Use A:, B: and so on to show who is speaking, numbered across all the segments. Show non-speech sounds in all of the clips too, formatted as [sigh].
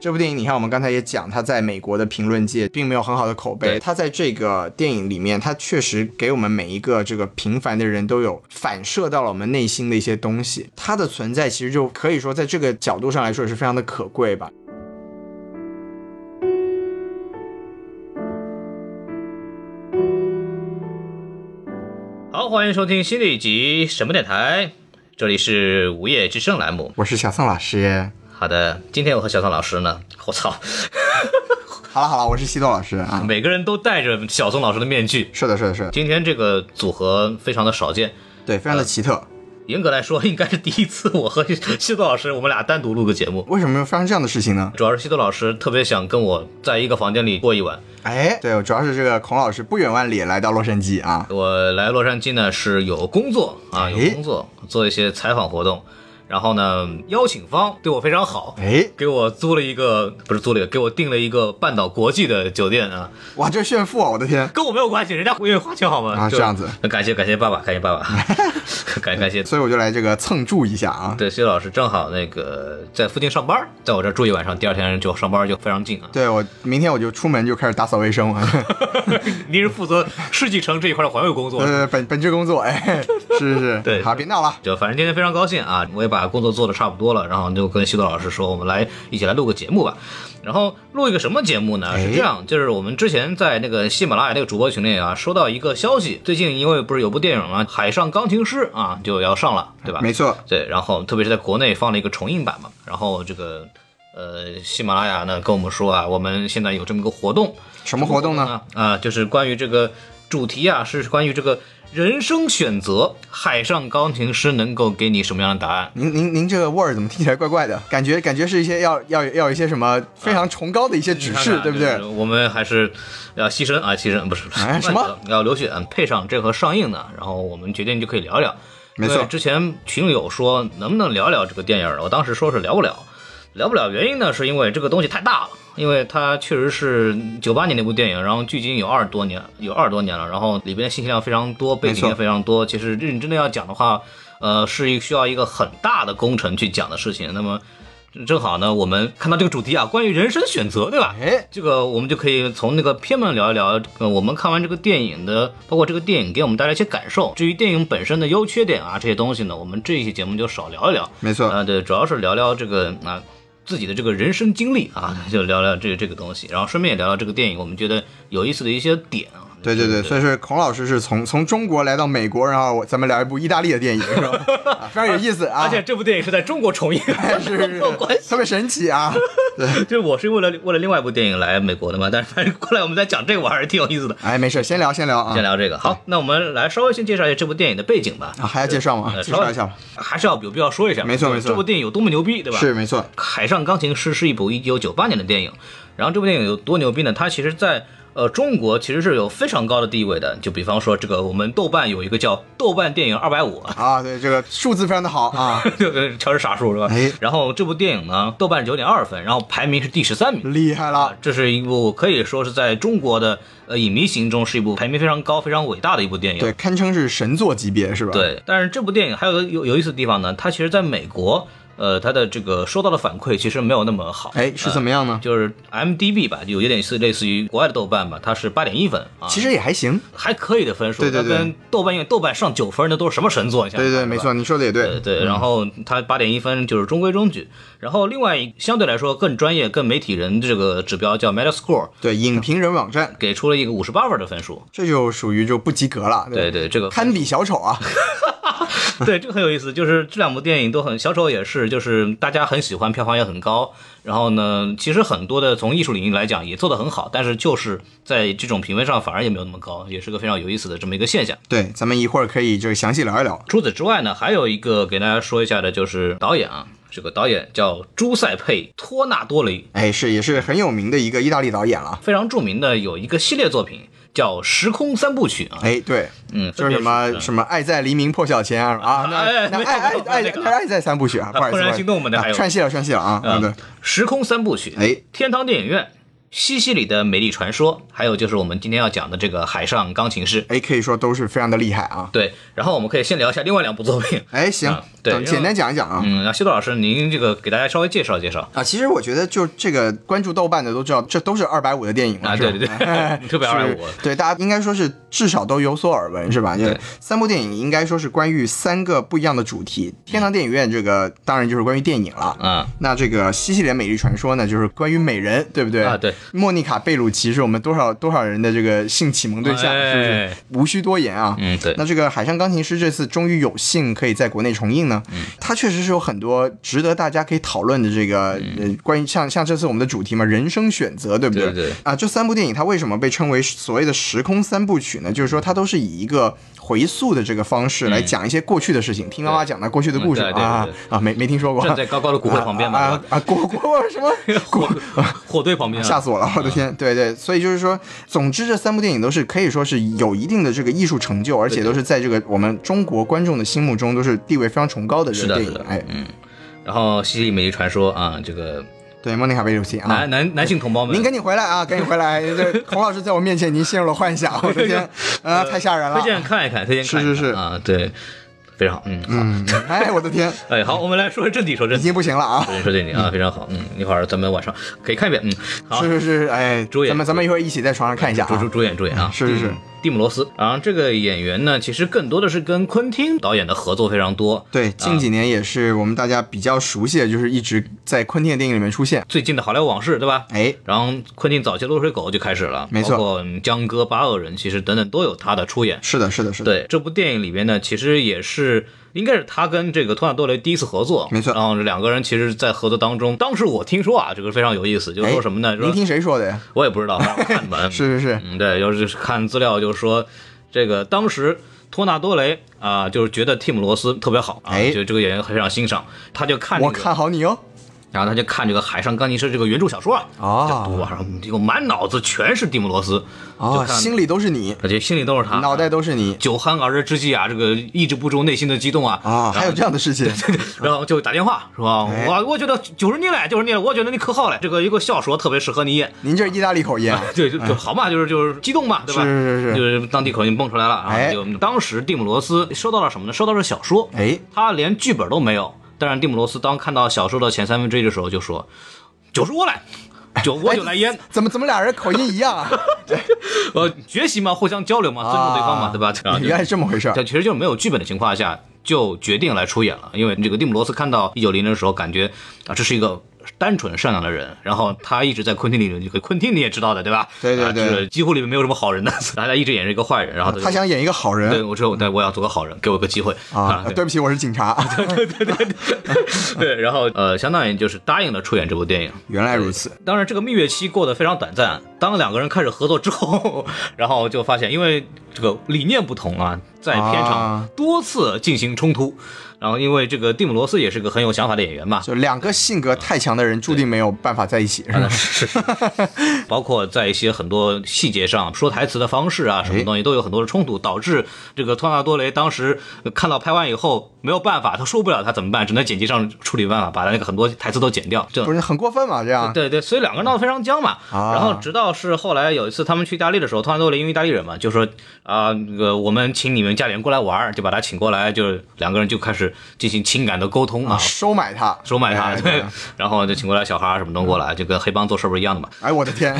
A: 这部电影，你看我们刚才也讲，它在美国的评论界并没有很好的口碑。
B: 对
A: 它在这个电影里面，它确实给我们每一个这个平凡的人都有反射到了我们内心的一些东西。它的存在其实就可以说，在这个角度上来说也是非常的可贵吧。
B: 好，欢迎收听新的一集什么电台，这里是午夜之声栏目。
A: 我是小宋老师，
B: 好的，今天我和小宋老师呢， [laughs] 我操，
A: 好了好了，我是西豆老师啊。
B: 每个人都戴着小宋老师的面具。
A: 是的，是的，是的，
B: 今天这个组合非常的少见，
A: 对，非常的奇特。
B: 严格来说应该是第一次我和西多老师我们俩单独录个节目。
A: 为什么要发生这样的事情呢？
B: 主要是西多老师特别想跟我在一个房间里过一晚。
A: 哎，对，主要是这个孔老师不远万里来到洛杉矶啊。
B: 我来洛杉矶呢是有工作啊，
A: 哎
B: 有工作做一些采访活动，然后呢邀请方对我非常好，
A: 哎，
B: 给我租了一个不是租了一个，给我订了一个半岛国际的酒店啊，
A: 哇，这炫富啊！我的天，
B: 跟我没有关系，人家愿意花钱好吗？
A: 啊
B: 就
A: 这样子，
B: 感谢感谢爸爸，感谢爸爸， [laughs] 感感谢。
A: 所以我就来这个蹭住一下啊。
B: 对，谢老师正好那个在附近上班，在我这儿住一晚上，第二天就上班就非常近啊。
A: 对我明天我就出门就开始打扫卫生了，
B: [laughs] 你是负责世纪城这一块的环卫工作。
A: 呃，本本职工作，哎，是是是，
B: 对
A: 好，别闹了，
B: 就反正今天非常高兴啊，我也把工作做的差不多了，然后就跟西多老师说，我们来一起来录个节目吧。然后录一个什么节目呢？
A: 哎
B: 是这样，就是我们之前在那个喜马拉雅那个主播群里啊，收到一个消息，最近因为不是有部电影嘛，《海上钢琴师》啊就要上了，对吧？
A: 没错，
B: 对，然后特别是在国内放了一个重映版嘛，然后这个呃喜马拉雅呢跟我们说啊，我们现在有这么一个活动，
A: 什么活动呢？
B: 啊啊，就是关于这个主题啊，是关于这个人生选择，海上钢琴师能够给你什么样的答案？
A: 您您您这个味儿怎么听起来怪怪的？感觉感觉是一些要要要一些什么非常崇高的一些指示，
B: 嗯你看看
A: 对不
B: 就
A: 对
B: 是？我们还是要牺牲啊，牺牲不是不是
A: 哎什么
B: 要流血，配上这和上映呢，然后我们决定就可以聊聊。
A: 没错
B: 因为之前群友说能不能聊聊这个电影，我当时说是聊不了，聊不了原因呢，是因为这个东西太大了。因为它确实是九八年那部电影，然后距今有二十多年，有二十多年了，然后里边信息量非常多，背
A: 没
B: 景
A: 错
B: 也非常多。其实认真的要讲的话，呃，是一需要一个很大的工程去讲的事情。那么正好呢，我们看到这个主题啊，关于人生选择，对吧？
A: 哎，
B: 这个我们就可以从那个片段聊一聊，呃，我们看完这个电影的，包括这个电影给我们带来一些感受。至于电影本身的优缺点啊，这些东西呢，我们这一期节目就少聊一聊。
A: 没错
B: 啊、对，主要是聊聊这个啊、自己的这个人生经历啊， [laughs] 就聊聊这个这个东西，然后顺便也聊聊这个电影我们觉得有意思的一些点啊。
A: 对对对，
B: 对
A: 所以是孔老师是从从中国来到美国，然后我咱们聊一部意大利的电影，是吧？啊非常有意思啊，
B: 而且这部电影是在中国重映， [laughs]
A: 哎是是
B: 没有关
A: 是，
B: 系
A: 特别神奇
B: [laughs]
A: 啊！
B: 就是我是为了为了另外一部电影来美国的嘛，但是反正过来我们在讲这个，我还是挺有意思的。
A: 哎，没事，先聊先聊啊
B: 先，聊这个，好，那我们来稍微先介绍一下这部电影的背景吧。
A: 啊还要介绍吗？
B: 呃
A: 介
B: 稍微
A: 绍一下吧，
B: 还是要有必要说一下，
A: 没错
B: 就
A: 没错
B: 这部电影有多么牛逼，对吧？
A: 是
B: 《
A: 没错，
B: 海上钢琴师》是一部一九九八年的电影，然后这部电影有多牛逼呢？它其实在呃中国其实是有非常高的地位的，就比方说这个我们豆瓣有一个叫豆瓣电影二百五。
A: 啊，对这个数字非常的好啊，
B: 就是全是傻数是吧？
A: 哎
B: 然后这部电影呢，豆瓣九点二分，然后排名是第十三名，
A: 厉害了，
B: 这是一部可以说是在中国的呃影迷心中是一部排名非常高、非常伟大的一部电影。
A: 对，堪称是神作级别，是吧？，
B: 对，但是这部电影还有个有有意思的地方呢，它其实在美国，呃，它的这个收到的反馈其实没有那么好。呃
A: 哎，是怎么样呢？
B: 就是 M D B 吧，就有一点似类似于国外的豆瓣吧，它是八点一分啊，
A: 其实也还行，
B: 还可以的分数。
A: 对对对
B: 它跟豆瓣因为豆瓣上九分那都是什么神作？你想
A: 对对，
B: 想
A: 没。
B: 是吧
A: 错，你嗯说的也
B: 对
A: 对，
B: 对，然后它八点一分就是中规中矩，然后另外一相对来说更专业、更媒体人这个指标叫 Metascore，
A: 对，影评人网站
B: 给出了一个五十八分的分数。
A: 这就属于就不及格了，
B: 对
A: 对，
B: 对，这个
A: 堪比小丑
B: [laughs]
A: 啊， [laughs]
B: 对，这个很有意思，就是这两部电影都很，小丑也是，就是大家很喜欢，票房也很高。然后呢，其实很多的从艺术领域来讲也做得很好，但是就是在这种评分上反而也没有那么高，也是个非常有意思的这么一个现象。
A: 对，咱们一会儿可以就是详细聊一聊，
B: 除此之外呢，还有一个给大家说一下的就是导演啊，这个导演叫朱塞佩·托纳多雷，
A: 哎，是也是很有名的一个意大利导演了，
B: 非常著名的有一个系列作品叫《时空三部曲》啊，
A: 哎，对，
B: 嗯，
A: 就是什么
B: 嗯
A: 什么爱在黎明破晓前啊
B: [laughs]
A: 啊，那
B: 哎
A: 那
B: 没有
A: 爱
B: 没
A: 爱
B: 有
A: 爱
B: 那个
A: 爱在三部曲啊，不好意思，
B: 怦
A: 不好
B: 然
A: 意思
B: 心动嘛那还有嗯
A: 啊串戏了串戏了啊，对对，
B: 时空三部曲》
A: 哎
B: 天堂电影院》《西西里的美丽传说》，还有就是我们今天要讲的这个《海上钢琴师》。
A: 哎，可以说都是非常的厉害啊，
B: 对，然后我们可以先聊一下另外两部作品。
A: 哎，行
B: 啊，对
A: 等简单讲一讲啊。
B: 嗯，那修道老师，您这个给大家稍微介绍介绍
A: 啊，其实我觉得就这个关注豆瓣的都知道，这都是二百五的电影了
B: 啊，
A: 是吧哎
B: 对对
A: [laughs]
B: 对， [laughs] 特别
A: 是
B: 二五，
A: 对，大家应该说是至少都有所耳闻，是吧？就是
B: 对
A: 三部电影应该说是关于三个不一样的主题。天堂电影院这个当然就是关于电影了。
B: 嗯
A: 那这个西西莲美丽传说呢，就是关于美人，对不对？
B: 啊，对，
A: 莫妮卡贝鲁奇是我们多少多少人的这个性启蒙对象，是不是
B: 哎？
A: 无需多言啊。
B: 嗯对，
A: 那这个《海上钢琴师》这次终于有幸可以在国内重映呢，
B: 嗯
A: 它确实是有很多值得大家可以讨论的这个、
B: 嗯
A: 呃，关于像像这次我们的主题嘛，人生选择，对不
B: 对
A: 对
B: 对
A: 啊，这三部电影它为什么被称为所谓的时空三部曲呢？就是说它都是以一个回溯的这个方式来讲一些过去的事情，听妈妈讲的过去的故事、
B: 嗯对对对
A: 啊
B: 对
A: 啊，没没听说过。
B: [laughs] 站在高高的骨灰旁边嘛，
A: 啊啊，国国什么？
B: 是吧火
A: [laughs]
B: 火堆旁边啊，
A: 吓死我了！我的天，对对，所以就是说，总之这三部电影都是可以说是有一定的这个艺术成就，而且都是在这个我们中国观众的心目中都是地位非常崇高的这
B: 是
A: 个
B: 的，
A: 电
B: 是
A: 影
B: 的。，
A: 哎，
B: 嗯。然后《西西里美丽传说》啊，这个
A: 对，莫妮卡贝鲁奇啊
B: 男，男男性同胞们，
A: 您赶紧回来啊，赶紧回来！这孔老师在我面前，您陷入了幻想，我的天，啊，太吓人了
B: 推！荐看一看，推荐看一
A: 是
B: 看
A: 是是
B: 啊，对，非常好，嗯，好，
A: 嗯，哎，我的天，
B: 哎，好，我们来说正题，说正
A: 已
B: 题，
A: 经不行了啊！
B: 说正题啊，非常好，嗯，一会儿咱们晚上可以看一遍，嗯，好，
A: 是是是，哎，
B: 主演
A: 咱们咱们一会儿一起在床上看一下
B: 主
A: 啊
B: 主。主演主演啊，
A: 是是是
B: 蒂姆，蒂姆罗斯，然后这个演员呢，其实更多的是跟昆汀导演的合作非常多，
A: 对，近几年也是我们大家比较熟悉的，就是一直在昆汀的电影里面出现。
B: 最近的《好莱坞往事》对吧？
A: 哎，
B: 然后昆汀早期《落水狗》就开始了，
A: 没错
B: 包括嗯江哥、八恶人，其实等等都有他的出演。
A: 是的，是的，是的。
B: 对，这部电影里边呢，其实也是应该是他跟这个托纳多雷第一次合作，
A: 没错
B: 然后两个人其实，在合作当中，当时我听说啊，这个非常有意思，就是
A: 哎
B: 说什么呢？
A: 您
B: 说
A: 听谁说的呀？
B: 我也不知道，反正
A: [laughs]
B: 我看的
A: 是是是，
B: 嗯，对，要是看资料，就是说这个当时托纳多雷啊、就是觉得蒂姆罗斯特别好啊，
A: 哎
B: 就这个演员非常欣赏，他就看、这个，
A: 我看好你哦。
B: 然后他就看这个《海上钢琴师》这个原著小说啊，
A: 哦
B: 就读啊，然后这个满脑子全是蒂姆罗斯，
A: 哦
B: 就，看
A: 心里都是你，
B: 而且心里都是他，
A: 脑袋都是你
B: 酒酣耳热之际啊，这个抑制不住内心的激动啊，
A: 啊！还有这样的事情，
B: [laughs] 然后就打电话是吧？
A: 哎
B: 我我觉得就是你嘞，就是你嘞，我觉得你可好嘞，这个一个小说特别适合你演。
A: 您这是意大利口音 [laughs] 啊？
B: [laughs] 对，就就好嘛，就是就是激动嘛，对吧？
A: 是是是
B: 就是当地口音蹦出来了啊！
A: 哎
B: 就当时蒂姆罗斯收到了什么呢？收到了小说，
A: 哎，
B: 他连剧本都没有。但是蒂姆罗斯当看到小说的前三分之一的时候，就说：“酒是我来，酒我就来腌。
A: 怎么怎么俩人口音一样啊？
B: 呃，学习嘛，互相交流嘛，尊重对方嘛，
A: [laughs] 啊
B: 对吧？然后就
A: 原来是这么回事儿
B: 这其实就是没有剧本的情况下，就决定来出演了。因为这个蒂姆·罗斯看到一九零的时候，感觉啊，这是一个单纯善良的人。然后他一直在昆汀里面，这个昆汀你也知道的，对吧？
A: 对对
B: 啊
A: 对
B: 就是几乎里面没有什么好人的，大家一直演是一个坏人。然后就
A: 他想演一个好
B: 对
A: 人
B: 我说，对我要做个好人，给我个机会
A: 啊！[laughs]
B: 对
A: 对不起，我是警察。
B: 对，然后呃，相当于就是答应了出演这部电影。
A: 原来如此，
B: 当然，这个蜜月期过得非常短暂。当两个人开始合作之后， [laughs] 然后就发现，因为这个理念不同啊，在片
A: 啊
B: 场多次进行冲突。然后，因为这个蒂姆·罗斯也是个很有想法的演员嘛，
A: 就两个性格太强的人注定没有办法在一起，是吧？
B: 是，包括在一些很多细节上，说台词的方式啊，什么东西都有很多的冲突，导致这个托纳多雷当时看到拍完以后没有办法，他说不了他怎么办，只能剪辑上处理办法，把那个很多台词都剪掉。这
A: 不是很过分嘛？这样
B: 对对，所以两个人闹得非常僵嘛。
A: 啊
B: 然后直到是后来有一次他们去意大利的时候，托纳多雷因为意大利人嘛，就说啊，那个我们请你们家里人过来玩儿，就把他请过来，就是两个人就开始进行情感的沟通啊。
A: 收买他，
B: 收买他，
A: 哎
B: 对，然后就请过来小孩儿什么都过来，就跟黑帮做事不是一样的嘛？
A: 哎，我的 [laughs] 天，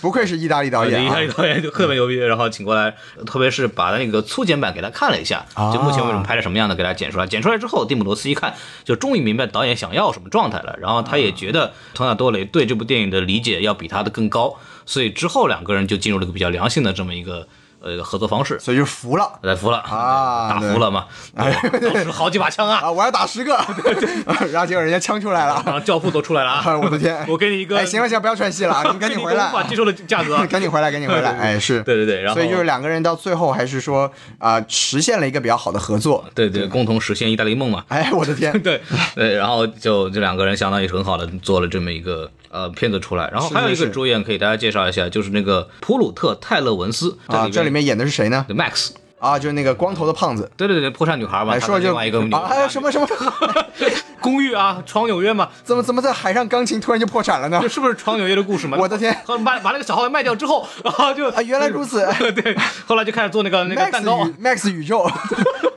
A: 不愧是意大利导演
B: 意大
A: 啊！
B: 利导演就特别牛逼，然后请过来，特别是把那个粗剪版给他看了一下，
A: 啊
B: 就目前为止拍成什么样的给他剪出来。剪出来之后，蒂姆·罗斯一看，就终于明白导演想要什么状态了。然后他也觉得托纳多雷对这部电影的理解要比他的更高，所以之后两个人就进入了一个比较良性的这么一个呃合作方式。
A: 所以就服了
B: 来服了
A: 啊
B: 打
A: 对哎
B: 服了嘛，当时好几把枪
A: [laughs]
B: 啊，
A: 啊！我要打十个， [laughs] 然后结果人家枪出来了，
B: 然后教父都出来
A: [laughs]
B: 了
A: 啊！
B: 啊！
A: 我的天！
B: 我给你一个，
A: 哎，行了行了，不要串戏了，
B: [laughs]
A: 你赶紧回来
B: 无法
A: 啊。，
B: 接受的价格
A: [laughs] 赶紧回来，赶紧回来！哎，是，
B: 对对对，然后
A: 所以就是两个人到最后还是说啊、实现了一个嗯比较好的合作。
B: 对对，共同实现意大利梦嘛。，
A: 哎，我的天
B: [laughs]
A: [laughs]
B: 对对，然后就这两个人相当于很好的做了这么一个呃片子出来，然后还有一
A: 是
B: 个
A: 是
B: 主演可以大家介绍一下，就是那个普鲁特·泰勒文斯
A: 啊，这里面演的是谁呢？
B: 的 Max，
A: 啊，就是那个光头的胖子。
B: 对对对，破产女孩嘛，
A: 哎，
B: 她
A: 说
B: 的
A: 就
B: 另外一个女
A: 啊，哎，什么什么，
B: [laughs] 公寓啊，闯纽约嘛，
A: [laughs] 怎么怎么在海上钢琴突然就破产了呢
B: 这？是不是闯纽约的故事嘛？
A: [laughs] 我的天
B: 后来把把那个小号卖掉之后，然后就 [laughs]
A: 啊，原来如此。
B: 对，后来就开始做那个那个蛋啊
A: Max
B: 糕 [laughs]
A: 宇 Max 宇宙，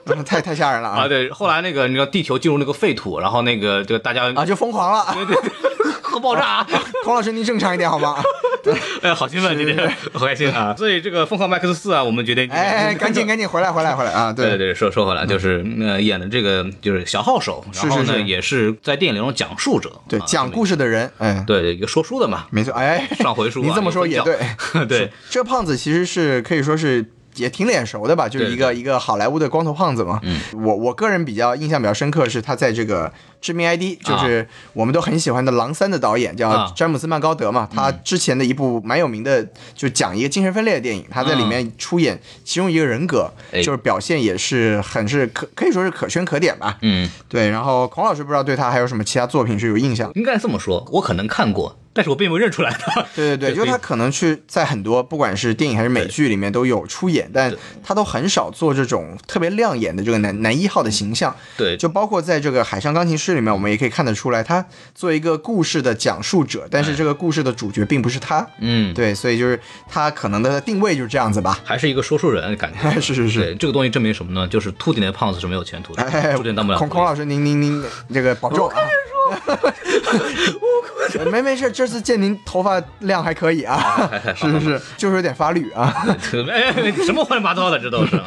A: 嗯太太吓人了
B: 啊，
A: 啊！
B: 对，后来那个你知道地球进入那个废土，然后那个这个大家
A: 啊，就 [laughs] 疯狂了。
B: 对对对， [laughs] 核爆炸啊，
A: 孔老师，您正常一点好吗？ [laughs]
B: [laughs] 哎，好兴奋，今天好开心啊！ [laughs] 所以这个《疯狂麦克斯四》啊，我们决定嗯
A: 哎，赶紧赶紧回来回来回来啊！
B: 对
A: 对，
B: 对，说说回来，就是呃演的这个就是小号手，然后
A: 是
B: 呢
A: 是
B: 也是在电影中讲述者，
A: 对，
B: 啊
A: 讲故事的人，哎，
B: 对一个说书的嘛，
A: 没错，哎，
B: 上回书啊
A: 您这么说也对。
B: [laughs] 对
A: 这胖子其实是可以说是。也挺脸熟的吧，就是一个一个好莱坞的光头胖子嘛。嗯，我我个人比较印象比较深刻是他在这个《致命 ID》，就是我们都很喜欢的《狼三》的导演
B: 啊嗯
A: 叫詹姆斯曼高德嘛。他之前的一部蛮有名的，就讲一个精神分裂的电影，他在里面出演其中一个人格，
B: 哎
A: 就是表现也是很是可可以说是可圈可点吧。
B: 嗯，
A: 对，然后孔老师不知道对他还有什么其他作品是有印象的？
B: 应该这么说，我可能看过，但是我并没有认出来他。
A: 对对对，因为他可能去在很多不管是电影还是美剧里面都有出演，但他都很少做这种特别亮眼的这个男男一号的形象。
B: [laughs] 对，
A: 就包括在这个《海上钢琴师》里面，我们也可以看得出来，他作为一个故事的讲述者，但是这个故事的主角并不是他。
B: 嗯，
A: 对，所以就是他可能的定位就是这样子 [laughs] 吧。
B: 还是一个说书人感觉。
A: 哎是是是，
B: 对，这个东西证明什么呢？就是秃顶的胖子是没有前途的，
A: 哎
B: 秃顶当不了
A: 孔
B: 秃
A: 孔
B: 顶。
A: 老师，您您您这个保重啊！ [laughs] 没没事，这次见您头发量还可以啊，是是是，就是有点发绿啊， [laughs]
B: [laughs] 哎，哎什么乱七八糟的，这都是啊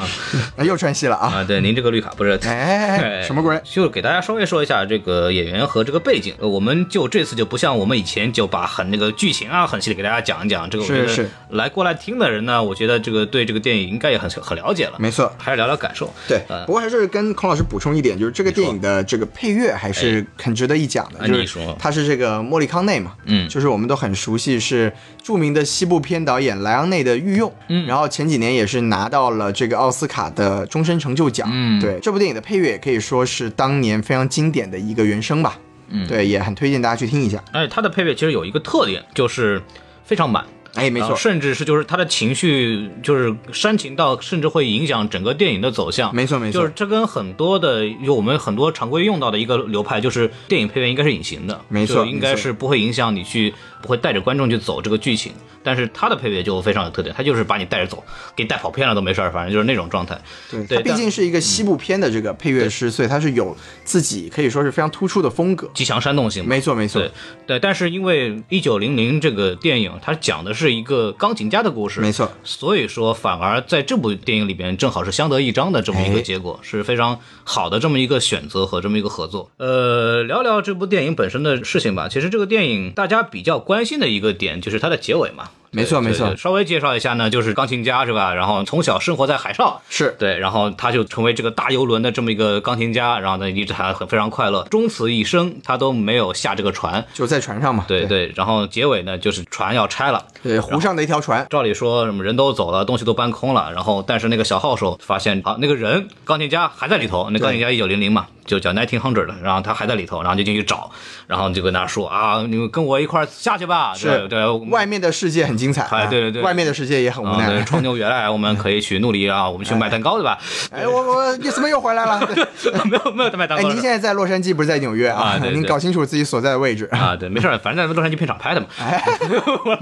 A: 又穿戏了啊。
B: 啊！对，您这个绿卡不是。
A: [laughs] 哎，什么鬼？
B: 就是给大家稍微说一下这个演员和这个背景，呃我们就这次就不像我们以前就把很那个剧情啊很细的给大家讲一讲，这个我觉
A: 是
B: 得
A: 是
B: 来过来听的人呢，我觉得这个对这个电影应该也很很了解了，
A: 没错，
B: 还是聊聊感受。
A: 对
B: 呃。
A: 不过还是跟孔老师补充一点，就是这个电影的这个配乐还是很值得一讲的，
B: 哎
A: 就
B: 你
A: 是
B: 说
A: 它是这个莫里康内嘛，
B: 嗯
A: 就是我们都很熟悉，是著名的西部片导演莱昂内的御用，嗯，然后前几年也是拿到了这个奥斯卡的终身成就奖，
B: 嗯
A: 对，这部电影的配乐也可以说是当年非常经典的一个原声吧，嗯，对，也很推荐大家去听一下，
B: 而且它的配乐其实有一个特点，就是非常满。
A: 哎，没
B: 呃
A: 错，
B: 甚至是就是他的情绪就是煽情到，甚至会影响整个电影的走向。
A: 没错没错
B: 啊就是这跟很多的有我们很多常规用到的一个流派，就是电影配乐应该是隐形的，
A: 没错
B: 就应该是不会影响你去，不会带着观众去走这个剧情。但是他的配乐就非常有特点，他就是把你带着走，给你带跑偏了都没事儿，反正就是那种状态。
A: 对，
B: 对
A: 他毕
B: 但嗯
A: 竟是一个西部片的这个配乐师，所以他是有自己可以说是非常突出的风格，
B: 极强煽动性嘛，
A: 没错没错
B: 对，对，但是因为一九零零这个电影，它讲的是一个钢琴家的故事，
A: 没错，
B: 所以说反而在这部电影里边，正好是相得益彰的这么一个结果，是非常好的这么一个选择和这么一个合作。呃，聊聊这部电影本身的事情吧。其实这个电影大家比较关心的一个点就是它的结尾嘛，
A: 没错
B: 对
A: 没错
B: 对稍微介绍一下呢，就是钢琴家是吧？然后从小生活在海上，
A: 是。
B: 对，然后他就成为这个大游轮的这么一个钢琴家，然后呢一直还很非常快乐，终此一生他都没有下这个船。
A: 就在船上嘛。
B: 对
A: 对
B: 对，然后结尾呢就是船要拆了。
A: 对，呃湖上的一条船。
B: 照理说，什么人都走了，东西都搬空了，然后但是那个小号手发现，啊，那个人钢琴家还在里头，那钢琴家一九零零嘛，就叫 nineteen hundred 的，然后他还在里头，然后就进去找，然后就跟他说啊，你们跟我一块儿下去吧，对嗯对，我们
A: 外面的世界很精彩、啊，
B: 哎对对对
A: 外面的世界也很无
B: 啊，对，
A: 奈。
B: 冲牛原 [laughs] 来我们可以去努力啊，我们去买蛋糕对 [laughs] 吧？
A: 哎，我我你怎么又回来了？
B: [laughs]
A: 对
B: 没有没有在买蛋
A: 哎，
B: 糕
A: 您
B: 是吧，
A: 现在在洛杉矶，不是在纽约啊？
B: 啊对
A: [laughs]
B: 对
A: 您搞清楚自己所在的位置。 [laughs]
B: 啊，对，没事儿，反正在洛杉矶片场拍的嘛。 [laughs]
A: 哎，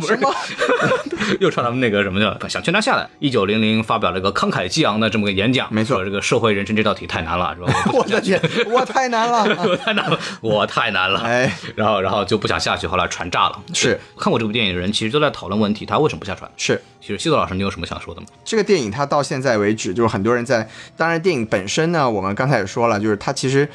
A: 什么？
B: 又唱他们那个什么叫想劝他下来。一九零零发表了一个慷慨激昂的这么个演讲，
A: 没错
B: 说这个社会人生这道题太难了，是吧？我 [laughs] 不
A: 我的天，我太难了。
B: [laughs]
A: 啊
B: 我太难了，我太难了。
A: 哎，
B: 然后然后就不想下去，后来船炸了。
A: 是
B: 对看过这部电影的人，其实都在讨论问题，他为什么不下船？
A: 是
B: 其实西多老师，你有什么想说的吗？
A: 这个电影，它到现在为止，就是很多人在。当然，电影本身呢，我们刚才也说了，就是它其实。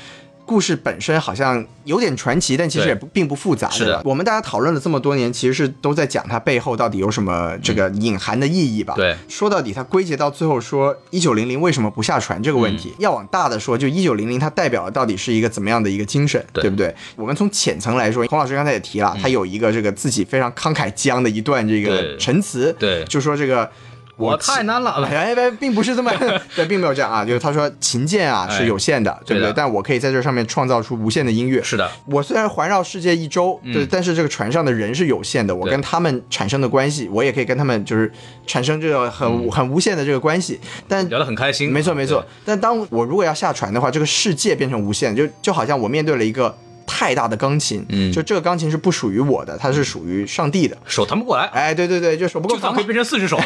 A: 故事本身好像有点传奇，但其实
B: 对
A: 也不并不复杂。
B: 是的
A: 对吧我们大家讨论了这么多年，其实是都在讲它背后到底有什么这个
B: 嗯
A: 隐含的意义吧。
B: 对
A: 说到底，它归结到最后说一九零零为什么不下船这个问题，
B: 嗯
A: 要往大的说，就一九零零它代表的到底是一个怎么样的一个精神，
B: 对嗯
A: 对不对？我们从浅层来说，孔老师刚才也提了，他有一个这个自己非常慷慨激昂的一段这
B: 对
A: 个陈词，
B: 对
A: 就说这个。
B: 我
A: 其
B: 太难了。
A: 哎哎，并不是
B: [laughs]
A: 这么，对，并没有这样啊，就是他说琴键啊
B: 哎
A: 是有限的，对不对
B: 对的？
A: 但我可以在这上面创造出无限的音乐。
B: 是的，
A: 我虽然环绕世界一周，对，但是这个船上的人是有限的，我
B: 嗯对
A: 跟他们产生的关系，我也可以跟他们就是产生这个很、很无限的这个关系，但
B: 聊得很开心。
A: 没错没错
B: 嗯对。。
A: 但当我如果要下船的话，这个世界变成无限，就就好像我面对了一个。太大的钢琴，嗯，就这个钢琴是不属于我的，它是属于上帝的。
B: 手弹不过来，
A: 哎，对对对，就手不够
B: 就咋
A: 长
B: 会，变成
A: [laughs]
B: 四只手？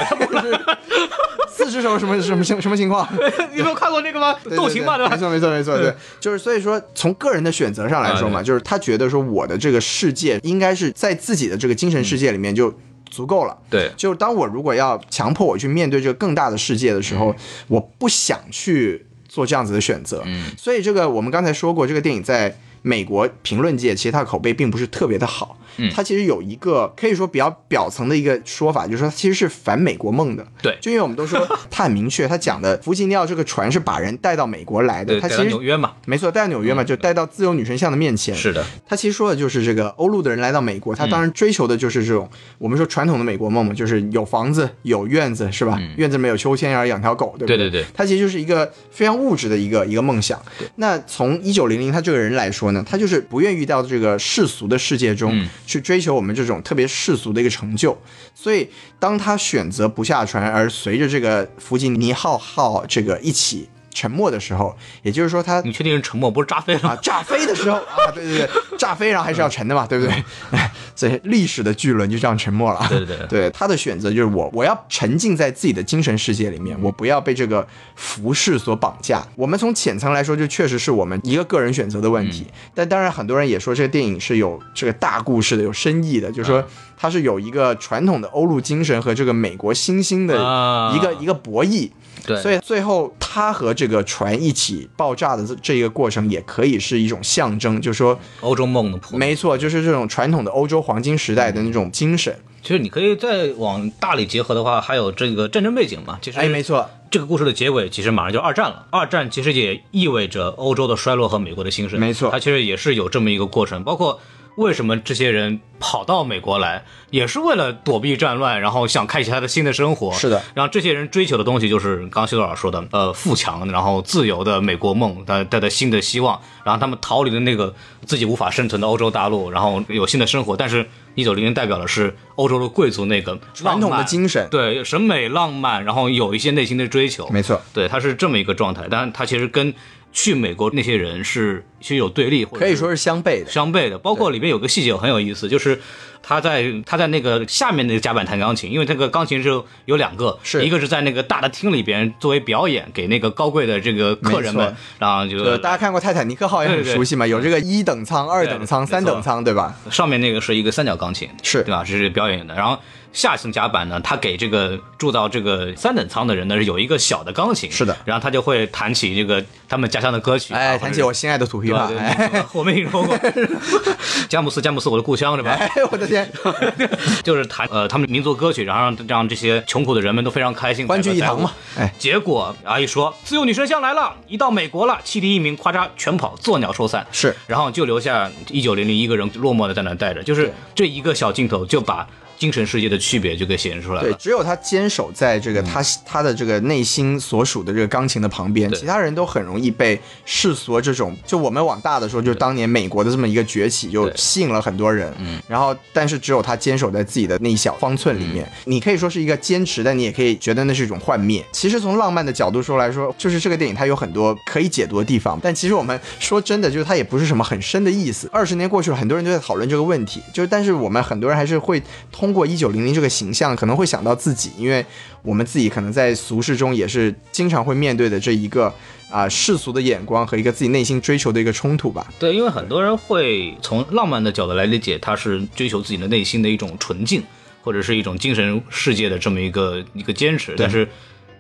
A: 四只手什么什么情什么情况？
B: 你没有看过那个吗？
A: 对
B: [laughs] 斗琴嘛，
A: 对对没
B: 对吧？嗯
A: 错，没错，没错，对，就是所以说，从个人的选择上来说嘛，
B: 啊
A: 就是他觉得说我的这个世界应该是在自己的这个精神世界里面就足够了。
B: 对
A: 就是当我如果要强迫我去面对这个更大的世界的时候，
B: 嗯
A: 我不想去做这样子的选择。嗯，所以这个我们刚才说过，这个电影在美国评论界其实它口碑并不是特别的好。嗯，它其实有一个可以说比较表层的一个说法，就是说它其实是反美国梦的。
B: 对
A: 就因为我们都说它很明确，它讲的弗吉尼奥这个船是把人带到美国来的，
B: 对，
A: 它
B: 带
A: 其
B: 到
A: 实嗯
B: 纽约嗯嘛，
A: 没错，带到纽约嘛，就带到自由女神像的面前。
B: 是的，
A: 他其实说的就是这个欧陆的人来到美国，他当然追求的就是这种、我们说传统的美国梦嘛，就是有房子、有院子，是吧？院子里面有秋千，然后养条狗，对不嗯
B: 对
A: 对
B: 对对，
A: 他其实就是一个非常物质的一个一个梦想。那从一九零零他这个人来说呢，他就是不愿意到这个世俗的世界中、去追求我们这种特别世俗的一个成就，所以当他选择不下船，而随着这个弗吉尼号号这个一起沉没的时候，也就是说他
B: 你确定是沉默不是扎飞了
A: 啊
B: 吗？，
A: 炸飞的时候啊，对对对，炸飞然后还是要沉的嘛，对不对？ [laughs] 哎，所以历史的巨轮就这样沉没了。
B: [laughs] 对对
A: [laughs]
B: 对
A: 对，他的选择就是我，我要沉浸在自己的精神世界里面，我不要被这个服饰所绑架。我们从浅层来说，就确实是我们一个个人选择的问题。
B: 嗯
A: 但当然，很多人也说这个电影是有这个大故事的，有深意的，就是说
B: 啊
A: 它是有一个传统的欧陆精神和这个美国新兴的
B: 啊
A: 一个、一个博弈。
B: 对，
A: 所以最后他和这个船一起爆炸的这这一个过程，也可以是一种象征，就是说，
B: 欧洲梦的破灭。
A: 没错，就是这种传统的欧洲黄金时代的那种精神。
B: 其实你可以再往大里结合的话，还有这个战争背景嘛。其实
A: 哎，没错，
B: 这个故事的结尾其实马上就二战了，二战其实也意味着欧洲的衰落和美国的兴盛，
A: 没错
B: 它其实也是有这么一个过程，包括。为什么这些人跑到美国来，也是为了躲避战乱，然后想开启他的新的生活。
A: 是的
B: 然后这些人追求的东西就是刚刚修老师说的，呃，富强，然后自由的美国梦，带带的新的希望。然后他们逃离了那个自己无法生存的欧洲大陆，然后有新的生活。但是，一九零零代表的是欧洲的贵族那个
A: 传统
B: 浪
A: 的
B: 漫
A: 精神
B: 对审美浪漫，然后有一些内心的追求。
A: 没错，
B: 对，他是这么一个状态，但他其实跟去美国那些人是是有对立，或者
A: 可以
B: 是
A: 说是相悖的。
B: 相悖的。包括里边有个细节很有意思，就是他在他在那个下面那个甲板弹钢琴，因为这个钢琴是有两个，
A: 是
B: 一个是在那个大的厅里边作为表演给那个高贵的这个客人
A: 没
B: 们
A: 错，
B: 然后就
A: 呃，大家看过《泰坦尼克号》也很
B: 对对
A: 熟悉嘛，有这个一等舱、二等舱、
B: 对对
A: 三
B: 没错
A: 等舱，对吧？
B: 上面那个是一个三角钢琴，
A: 是
B: 对吧？这是表演的。然后下层甲板呢，他给这个住到这个三等舱的人呢，是有一个小的钢琴，
A: 是的
B: 然后他就会弹起这个他们家乡的歌曲啊，
A: 哎，
B: 或者
A: 谈起我心爱的土
B: 对
A: 琵琶，
B: 吧？对
A: 哎，
B: 对对我没听说过。 [laughs] 詹姆斯，詹姆斯，我的故乡是吧？
A: 哎，我的天，
B: [laughs] 就是弹呃他们民族歌曲，然后让让这些穷苦的人们都非常开心，
A: 欢聚一堂嘛
B: 载歌载舞
A: 哎
B: 结果啊一说自由女神像来了，一到美国了，汽笛一鸣，咔嚓全跑，作鸟兽散。
A: 是
B: 然后就留下一九零零一个人落寞的在那待着，就是这一个小镜头就把精神世界的区别就给显示出来
A: 对，
B: 了。嗯
A: 只有他坚守在这个他、他的这个内心所属的这个钢琴的旁边，
B: 对
A: 其他人都很容易被世俗这种，就我们往大的说，就是当年美国的这么一个崛起，就
B: 对
A: 吸引了很多人。嗯，然后但是只有他坚守在自己的那一小方寸里面，
B: 嗯
A: 你可以说是一个坚持，但你也可以觉得那是一种幻灭。其实从浪漫的角度说来说，就是这个电影它有很多可以解读的地方，但其实我们说真的，就是它也不是什么很深的意思。二十年过去了，很多人都在讨论这个问题，就是但是我们很多人还是会通过一九零零这个形象，可能会想到自己，因为我们自己可能在俗世中也是经常会面对的这一个啊、世俗的眼光和一个自己内心追求的一个冲突吧。
B: 对，因为很多人会从浪漫的角度来理解，它是追求自己的内心的一种纯净，或者是一种精神世界的这么一个一个坚持。但是，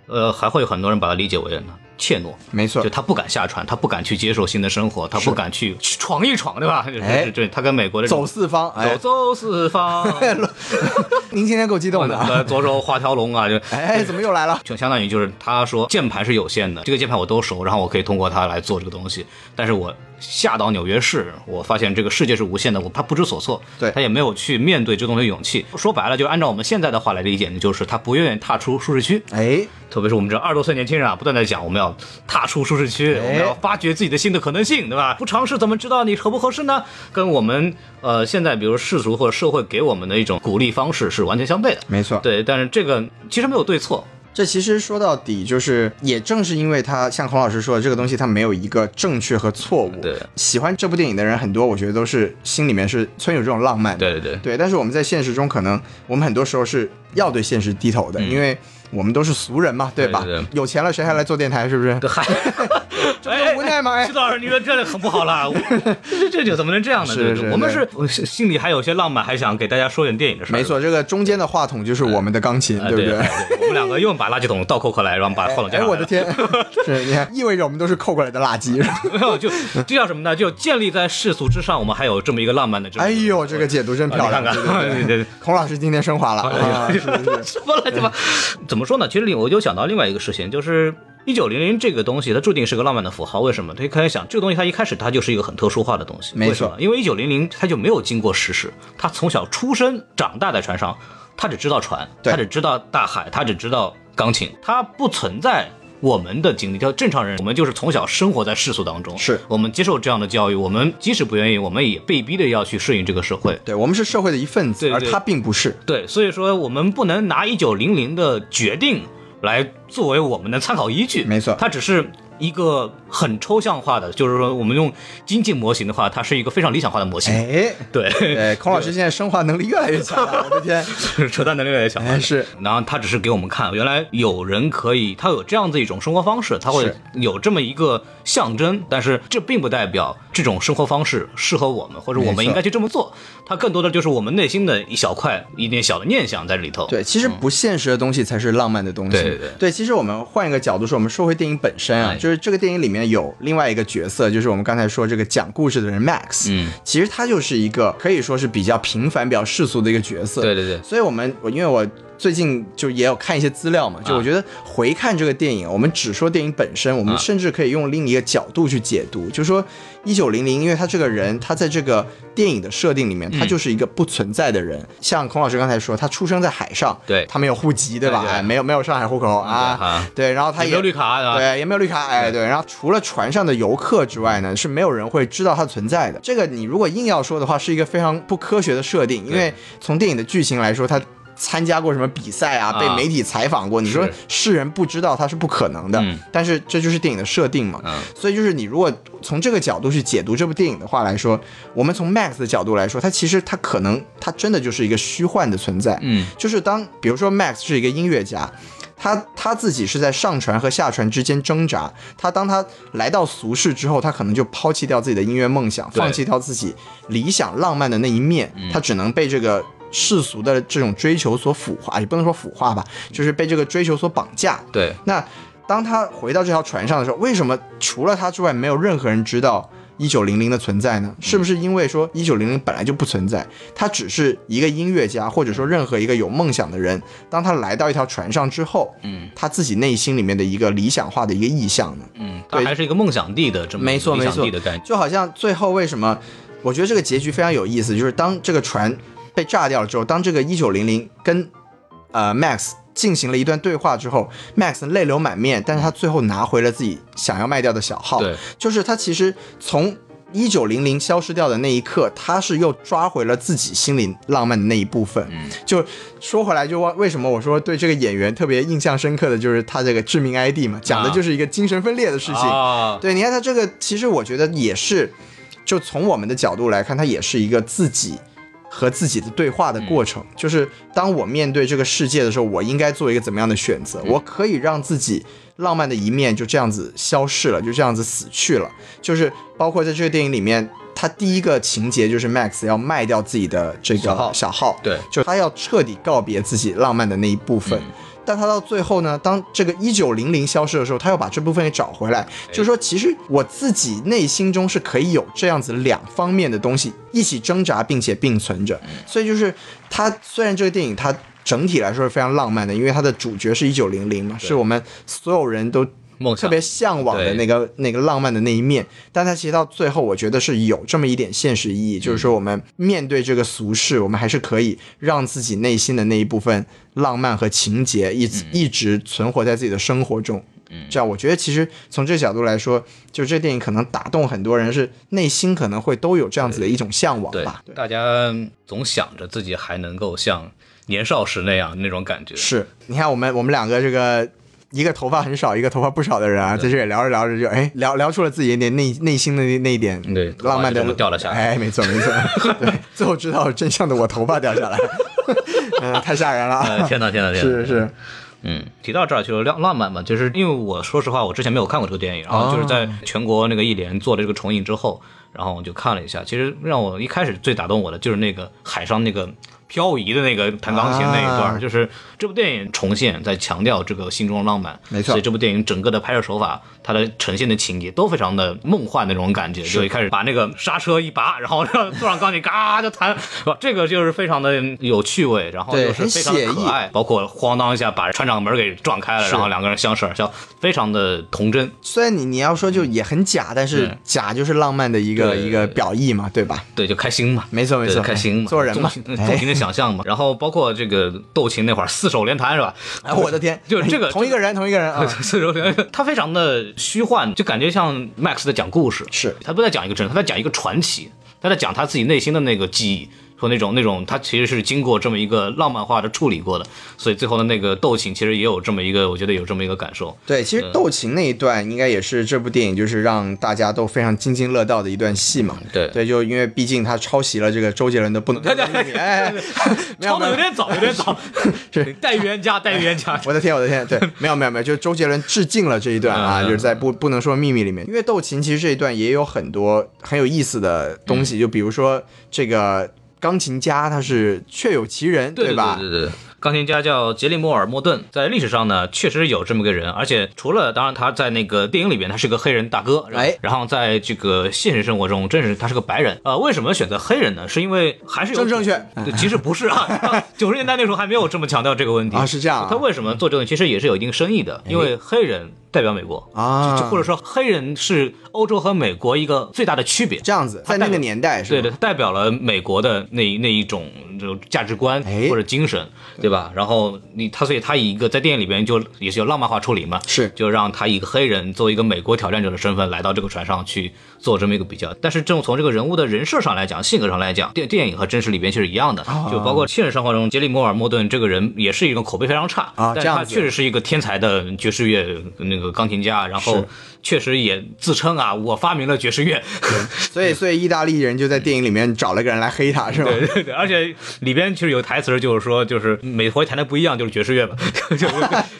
B: 呃，还会有很多人把它理解为呢怯懦，
A: 没错
B: 就，他不敢下船，他不敢去接受新的生活，他不敢去去闯一闯，对吧？就是
A: 哎
B: 对，就是他跟美国的这
A: 走
B: 种
A: 四方，哎
B: 走，走四
A: [laughs]
B: 方，
A: 您今天够激动
B: [laughs]
A: 的啊，
B: 呃左手画条龙啊，就
A: 哎，怎么又来了？
B: 就相当于就是他说键盘是有限的，这个键盘我都熟，然后我可以通过它来做这个东西。但是我下到纽约市，我发现这个世界是无限的，我他不知所措，
A: 对
B: 他也没有去面对这东西的勇气。说白了，就按照我们现在的话来理解，那就是他不愿意踏出舒适区。
A: 哎，
B: 特别是我们这二十多岁年轻人啊，不断在讲我们要踏出舒适区，
A: 哎
B: 我们要发掘自己的新的可能性，对吧？不尝试怎么知道你合不合适呢？跟我们呃现在比如世俗或者社会给我们的一种鼓励方式是完全相悖的。
A: 没错，
B: 对，但是这个其实没有对错。
A: 这其实说到底就是，也正是因为他像孔老师说的这个东西，它没有一个正确和错误。
B: 对，
A: 喜欢这部电影的人很多，我觉得都是心里面是存有这种浪漫的。
B: 对对
A: 对。对，但是我们在现实中，可能我们很多时候是要对现实低头的，
B: 嗯
A: 因为。我们都是俗人嘛，对吧？
B: 对对对
A: 有钱了谁还来做电台？是不是？
B: 嗨，
A: [laughs] 这不是无奈吗？哎
B: 石，老师，你说这很不好啦，我 [laughs] 这这这怎么能这样呢？
A: 是
B: 对不
A: 是
B: 对我们是我心心里还有些浪漫，还想给大家说点电影的事儿。
A: 没错，这个中间的话筒就是我们的钢琴，
B: 啊，
A: 对不
B: 对？
A: 对？
B: 对我们两个又把垃圾桶倒扣过来，然后把话筒架
A: 哎，
B: 上来
A: 我的
B: 了。
A: 天，是你看，意味着我们都是扣过来的垃圾。是 [laughs] 吧
B: 没有，就这叫什么呢？就建立在世俗之上，我们还有这么一个浪漫的这种。
A: 哎呦，这个解读真漂亮！
B: 啊你看哎看
A: 对对对
B: [laughs] 对对对
A: 孔老师今天升华了
B: [laughs]
A: 啊！是是是
B: 什么乱七八，嗯怎么说呢？其实我就想到另外一个事情，就是一九零零这个东西，它注定是个浪漫的符号。为什么？它开始想，这个东西它一开始它就是一个很特殊化的东西。
A: 没错
B: 为什么，因为一九零零它就没有经过世事，它从小出生长大在船上，他只知道船，
A: 对
B: 他只知道大海，他只知道钢琴，它不存在。我们的经历，叫正常人，我们就是从小生活在世俗当中，
A: 是
B: 我们接受这样的教育，我们即使不愿意，我们也被逼的要去适应这个社会。
A: 对我们是社会的一份子，
B: 对
A: 而
B: 对
A: 他并不是。
B: 对，所以说我们不能拿一九零零的决定来作为我们的参考依据。
A: 没错
B: 它只是一个很抽象化的，就是说我们用经济模型的话，它是一个非常理想化的模型。
A: 哎，
B: 对， [laughs]
A: 对，孔老师现在升华能力越来越强了，我的天！
B: 扯淡能力也小。
A: 哎，是
B: 然后他只是给我们看，原来有人可以，他有这样子一种生活方式，他会
A: 是
B: 有这么一个象征，但是这并不代表这种生活方式适合我们，或者我
A: 没错
B: 们应该去这么做。它更多的就是我们内心的一小块、一点小的念想在里头。
A: 对，其实不现实的东西才是浪漫的东西。
B: 对对对
A: 其实我们换一个角度说，我们说回电影本身啊，
B: 哎
A: 就是这个电影里面有另外一个角色，就是我们刚才说这个讲故事的人 Max。
B: 嗯，
A: 其实他就是一个可以说是比较平凡、比较世俗的一个角色。
B: 对对对，
A: 所以我们我因为我最近就也有看一些资料嘛，就我觉得回看这个电影，我们只说电影本身，我们
B: 啊
A: 甚至可以用另一个角度去解读，就说一九零零，因为他这个人，他在这个电影的设定里面，
B: 嗯
A: 他就是一个不存在的人。像孔老师刚才说，他出生在海上，
B: 对
A: 他没有户籍，对吧？
B: 对对
A: 哎，没有没有上海户口啊
B: 啊，
A: 对，然后他
B: 也没有绿卡啊对吧
A: 对，也没有绿卡，哎，对。然后除了船上的游客之外呢，是没有人会知道它存在的。这个你如果硬要说的话，是一个非常不科学的设定，因为从电影的剧情来说，它。参加过什么比赛啊？
B: 啊
A: 被媒体采访过？你说
B: 是
A: 世人不知道它是不可能的，
B: 嗯
A: 但是这就是电影的设定嘛。
B: 嗯
A: 所以就是你如果从这个角度去解读这部电影的话来说，我们从 Max 的角度来说，它其实它可能它真的就是一个虚幻的存在。
B: 嗯，
A: 就是当比如说 Max 是一个音乐家，他他自己是在上船和下船之间挣扎。他当他来到俗世之后，他可能就抛弃掉自己的音乐梦想，
B: 对
A: 放弃掉自己理想浪漫的那一面，他只能被这个。世俗的这种追求所腐化，也不能说腐化吧，就是被这个追求所绑架。
B: 对。
A: 那当他回到这条船上的时候，为什么除了他之外没有任何人知道一九零零的存在呢？是不是因为说一九零零本来就不存在，他只是一个音乐家，或者说任何一个有梦想的人，当他来到一条船上之后，嗯，他自己内心里面的一个理想化的一个意向呢？
B: 嗯，它
A: 对
B: 还是一个梦想地的这么一个
A: 没错
B: 理
A: 没
B: 想
A: 错
B: 地的概念。
A: 就好像最后为什么，我觉得这个结局非常有意思，就是当这个船被炸掉了之后，当这个一九零零跟呃 Max 进行了一段对话之后，Max 泪流满面，但是他最后拿回了自己想要卖掉的小号，
B: 对，
A: 就是他其实从。一九零零消失掉的那一刻，他是又抓回了自己心里浪漫的那一部分。嗯，就说回来，就忘为什么我说对这个演员特别印象深刻的就是他这个致命 ID 嘛，讲的
B: 啊
A: 就是一个精神分裂的事情。
B: 啊，
A: 对，你看他这个，其实我觉得也是，就从我们的角度来看，它也是一个自己和自己的对话的过
B: 嗯
A: 程。就是当我面对这个世界的时候，我应该做一个怎么样的选
B: 嗯
A: 择？我可以让自己浪漫的一面就这样子消逝了，就这样子死去了。就是包括在这个电影里面。他第一个情节就是 Max 要卖掉自己的这个
B: 小号
A: 小号，
B: 对
A: 就他要彻底告别自己浪漫的那一部分。但他到最后呢，当这个一九零零消失的时候，他又把这部分给找回来。就是说，其实我自己内心中是可以有这样子两方面的东西一起挣扎，并且并存着。所以就是他虽然这个电影它整体来说是非常浪漫的，因为它的主角是一九零零嘛，是我们所有人都
B: 梦
A: 特
B: 想
A: 别向往的
B: 对
A: 那个那个浪漫的那一面，但它其实到最后，我觉得是有这么一点现实意义，就是
B: 嗯
A: 说我们面对这个俗世，我们还是可以让自己内心的那一部分浪漫和情节一
B: 嗯
A: 直、一直存活在自己的生活中。这样，我觉得其实从这个角度来说，就这电影可能打动很多人，是内心可能会都有这样子的一种向往
B: 对
A: 吧。，
B: 大家总想着自己还能够像年少时那样那种感觉。
A: 是，你看我们我们两个这个。一个头发很少，一个头发不少的人啊，在这里聊着聊着就哎聊聊出了自己那内内心的那那一点
B: 对
A: 浪漫的
B: 掉了下来，
A: 哎，没错没错， [laughs] 对，最后知道真相的我头发掉下 [laughs] 来，嗯呃，太吓人了，
B: 呃、天哪天哪
A: [laughs]
B: 天哪，
A: 是是。
B: 嗯，提到这儿就是浪浪漫嘛，就是因为我说实话，我之前没有看过这个电影，然后就是在全国那个一联做了这个重映之后，然后我就看了一下。其实让我一开始最打动我的就是那个海上那个漂移的那个弹钢琴那一段，
A: 啊
B: 就是这部电影重现在强调这个心中浪漫，
A: 没错
B: 所以这部电影整个的拍摄手法，它的呈现的情节都非常的梦幻那种感觉，就一开始把那个刹车一拔，然后让坐上钢琴嘎就弹， [laughs] 是吧？这个就是非常的有趣味，然后
A: 对
B: 又是
A: 很
B: 非常的
A: 写
B: 可
A: 意
B: 爱。包括咣当一下把船长门给撞开了，
A: 是
B: 然后两个人相视而笑，非常的童真。
A: 虽然你你要说就也很假，但是
B: 嗯
A: 假就是浪漫的一个
B: 对
A: 一个表意嘛，对吧？
B: 对，就开心嘛，
A: 没错没
B: 对
A: 错，
B: 开心嘛，
A: 做
B: [laughs]
A: 人嘛
B: 纵，情纵
A: 哎
B: 情的想象嘛。然后包括这个斗琴那会儿，四手连弹是吧？
A: 哎，我的天，
B: [laughs] 就是这个
A: 同一个人同一个人
B: [laughs]
A: 啊，
B: 四手连，弹，他非常的虚幻，就感觉像 Max 在讲故事，
A: 是
B: 他不在讲一个真，他在讲一个传奇，他在讲他自己内心的那个记忆。说那种那种，他其实是经过这么一个浪漫化的处理过的，所以最后的那个斗琴其实也有这么一个，我觉得有这么一个感受。
A: 对，其实斗琴那一段应该也是这部电影就是让大家都非常津津乐道的一段戏嘛。
B: 对
A: 对，就因为毕竟他抄袭了这个周杰伦的《不能再见你》。哎，没有
B: 抄
A: 没
B: 的有
A: 有，
B: 点早，有点早， [laughs] 带冤家，带冤家。
A: 我的天，我的天，对，没有没有没有，就是周杰伦致敬了这一段啊，
B: 嗯
A: 就是在不不能说的秘密里面，因为斗琴其实这一段也有很多很有意思的东西，就比如说这个钢琴家他是确有其人，吧？
B: [laughs] 对对对。钢琴家叫杰利莫尔·莫顿，在历史上呢，确实有这么个人，而且除了当然他在那个电影里边他是个黑人大哥，然后
A: 哎
B: 然后在这个现实生活中，真是他是个白人。呃，为什么选择黑人呢？是因为还是有
A: 正正确
B: 对，其实不
A: [laughs]
B: 是啊，九十年代那时候还没有这么强调这个问题
A: 啊是这样啊哎
B: 他为什么做这个，其实也是有一定深意的，因为黑人代表美国
A: 啊
B: 就就或者说黑人是欧洲和美国一个最大的区别。
A: 这样子，在那个年代是吧
B: 对对，它代表了美国的那那一种就价值观
A: 哎嗯
B: 或者精神，对吧？然后你他，所以他以一个在电影里边就也是有浪漫化处理嘛，
A: 是
B: 就让他以一个黑人作为一个美国挑战者的身份来到这个船上去做这么一个比较。但是正从这个人物的人设上来讲，性格上来讲，电电影和真实里边其实一样的，
A: 啊
B: 就包括现实生活中杰里摩尔·莫顿这个人也是一个口碑非常差
A: 啊
B: 但
A: 这样
B: 他
A: 子
B: 确实是一个天才的爵士乐那个钢琴家，然后
A: 是
B: 确实也自称啊，我发明了爵士乐。 [laughs]
A: 所以所以意大利人就在电影里面找了个人来黑他，是吧？
B: 嗯对对对，而且里边其实有台词儿就是说，就是每回弹的不一样，就是爵士乐嘛， [laughs] 就是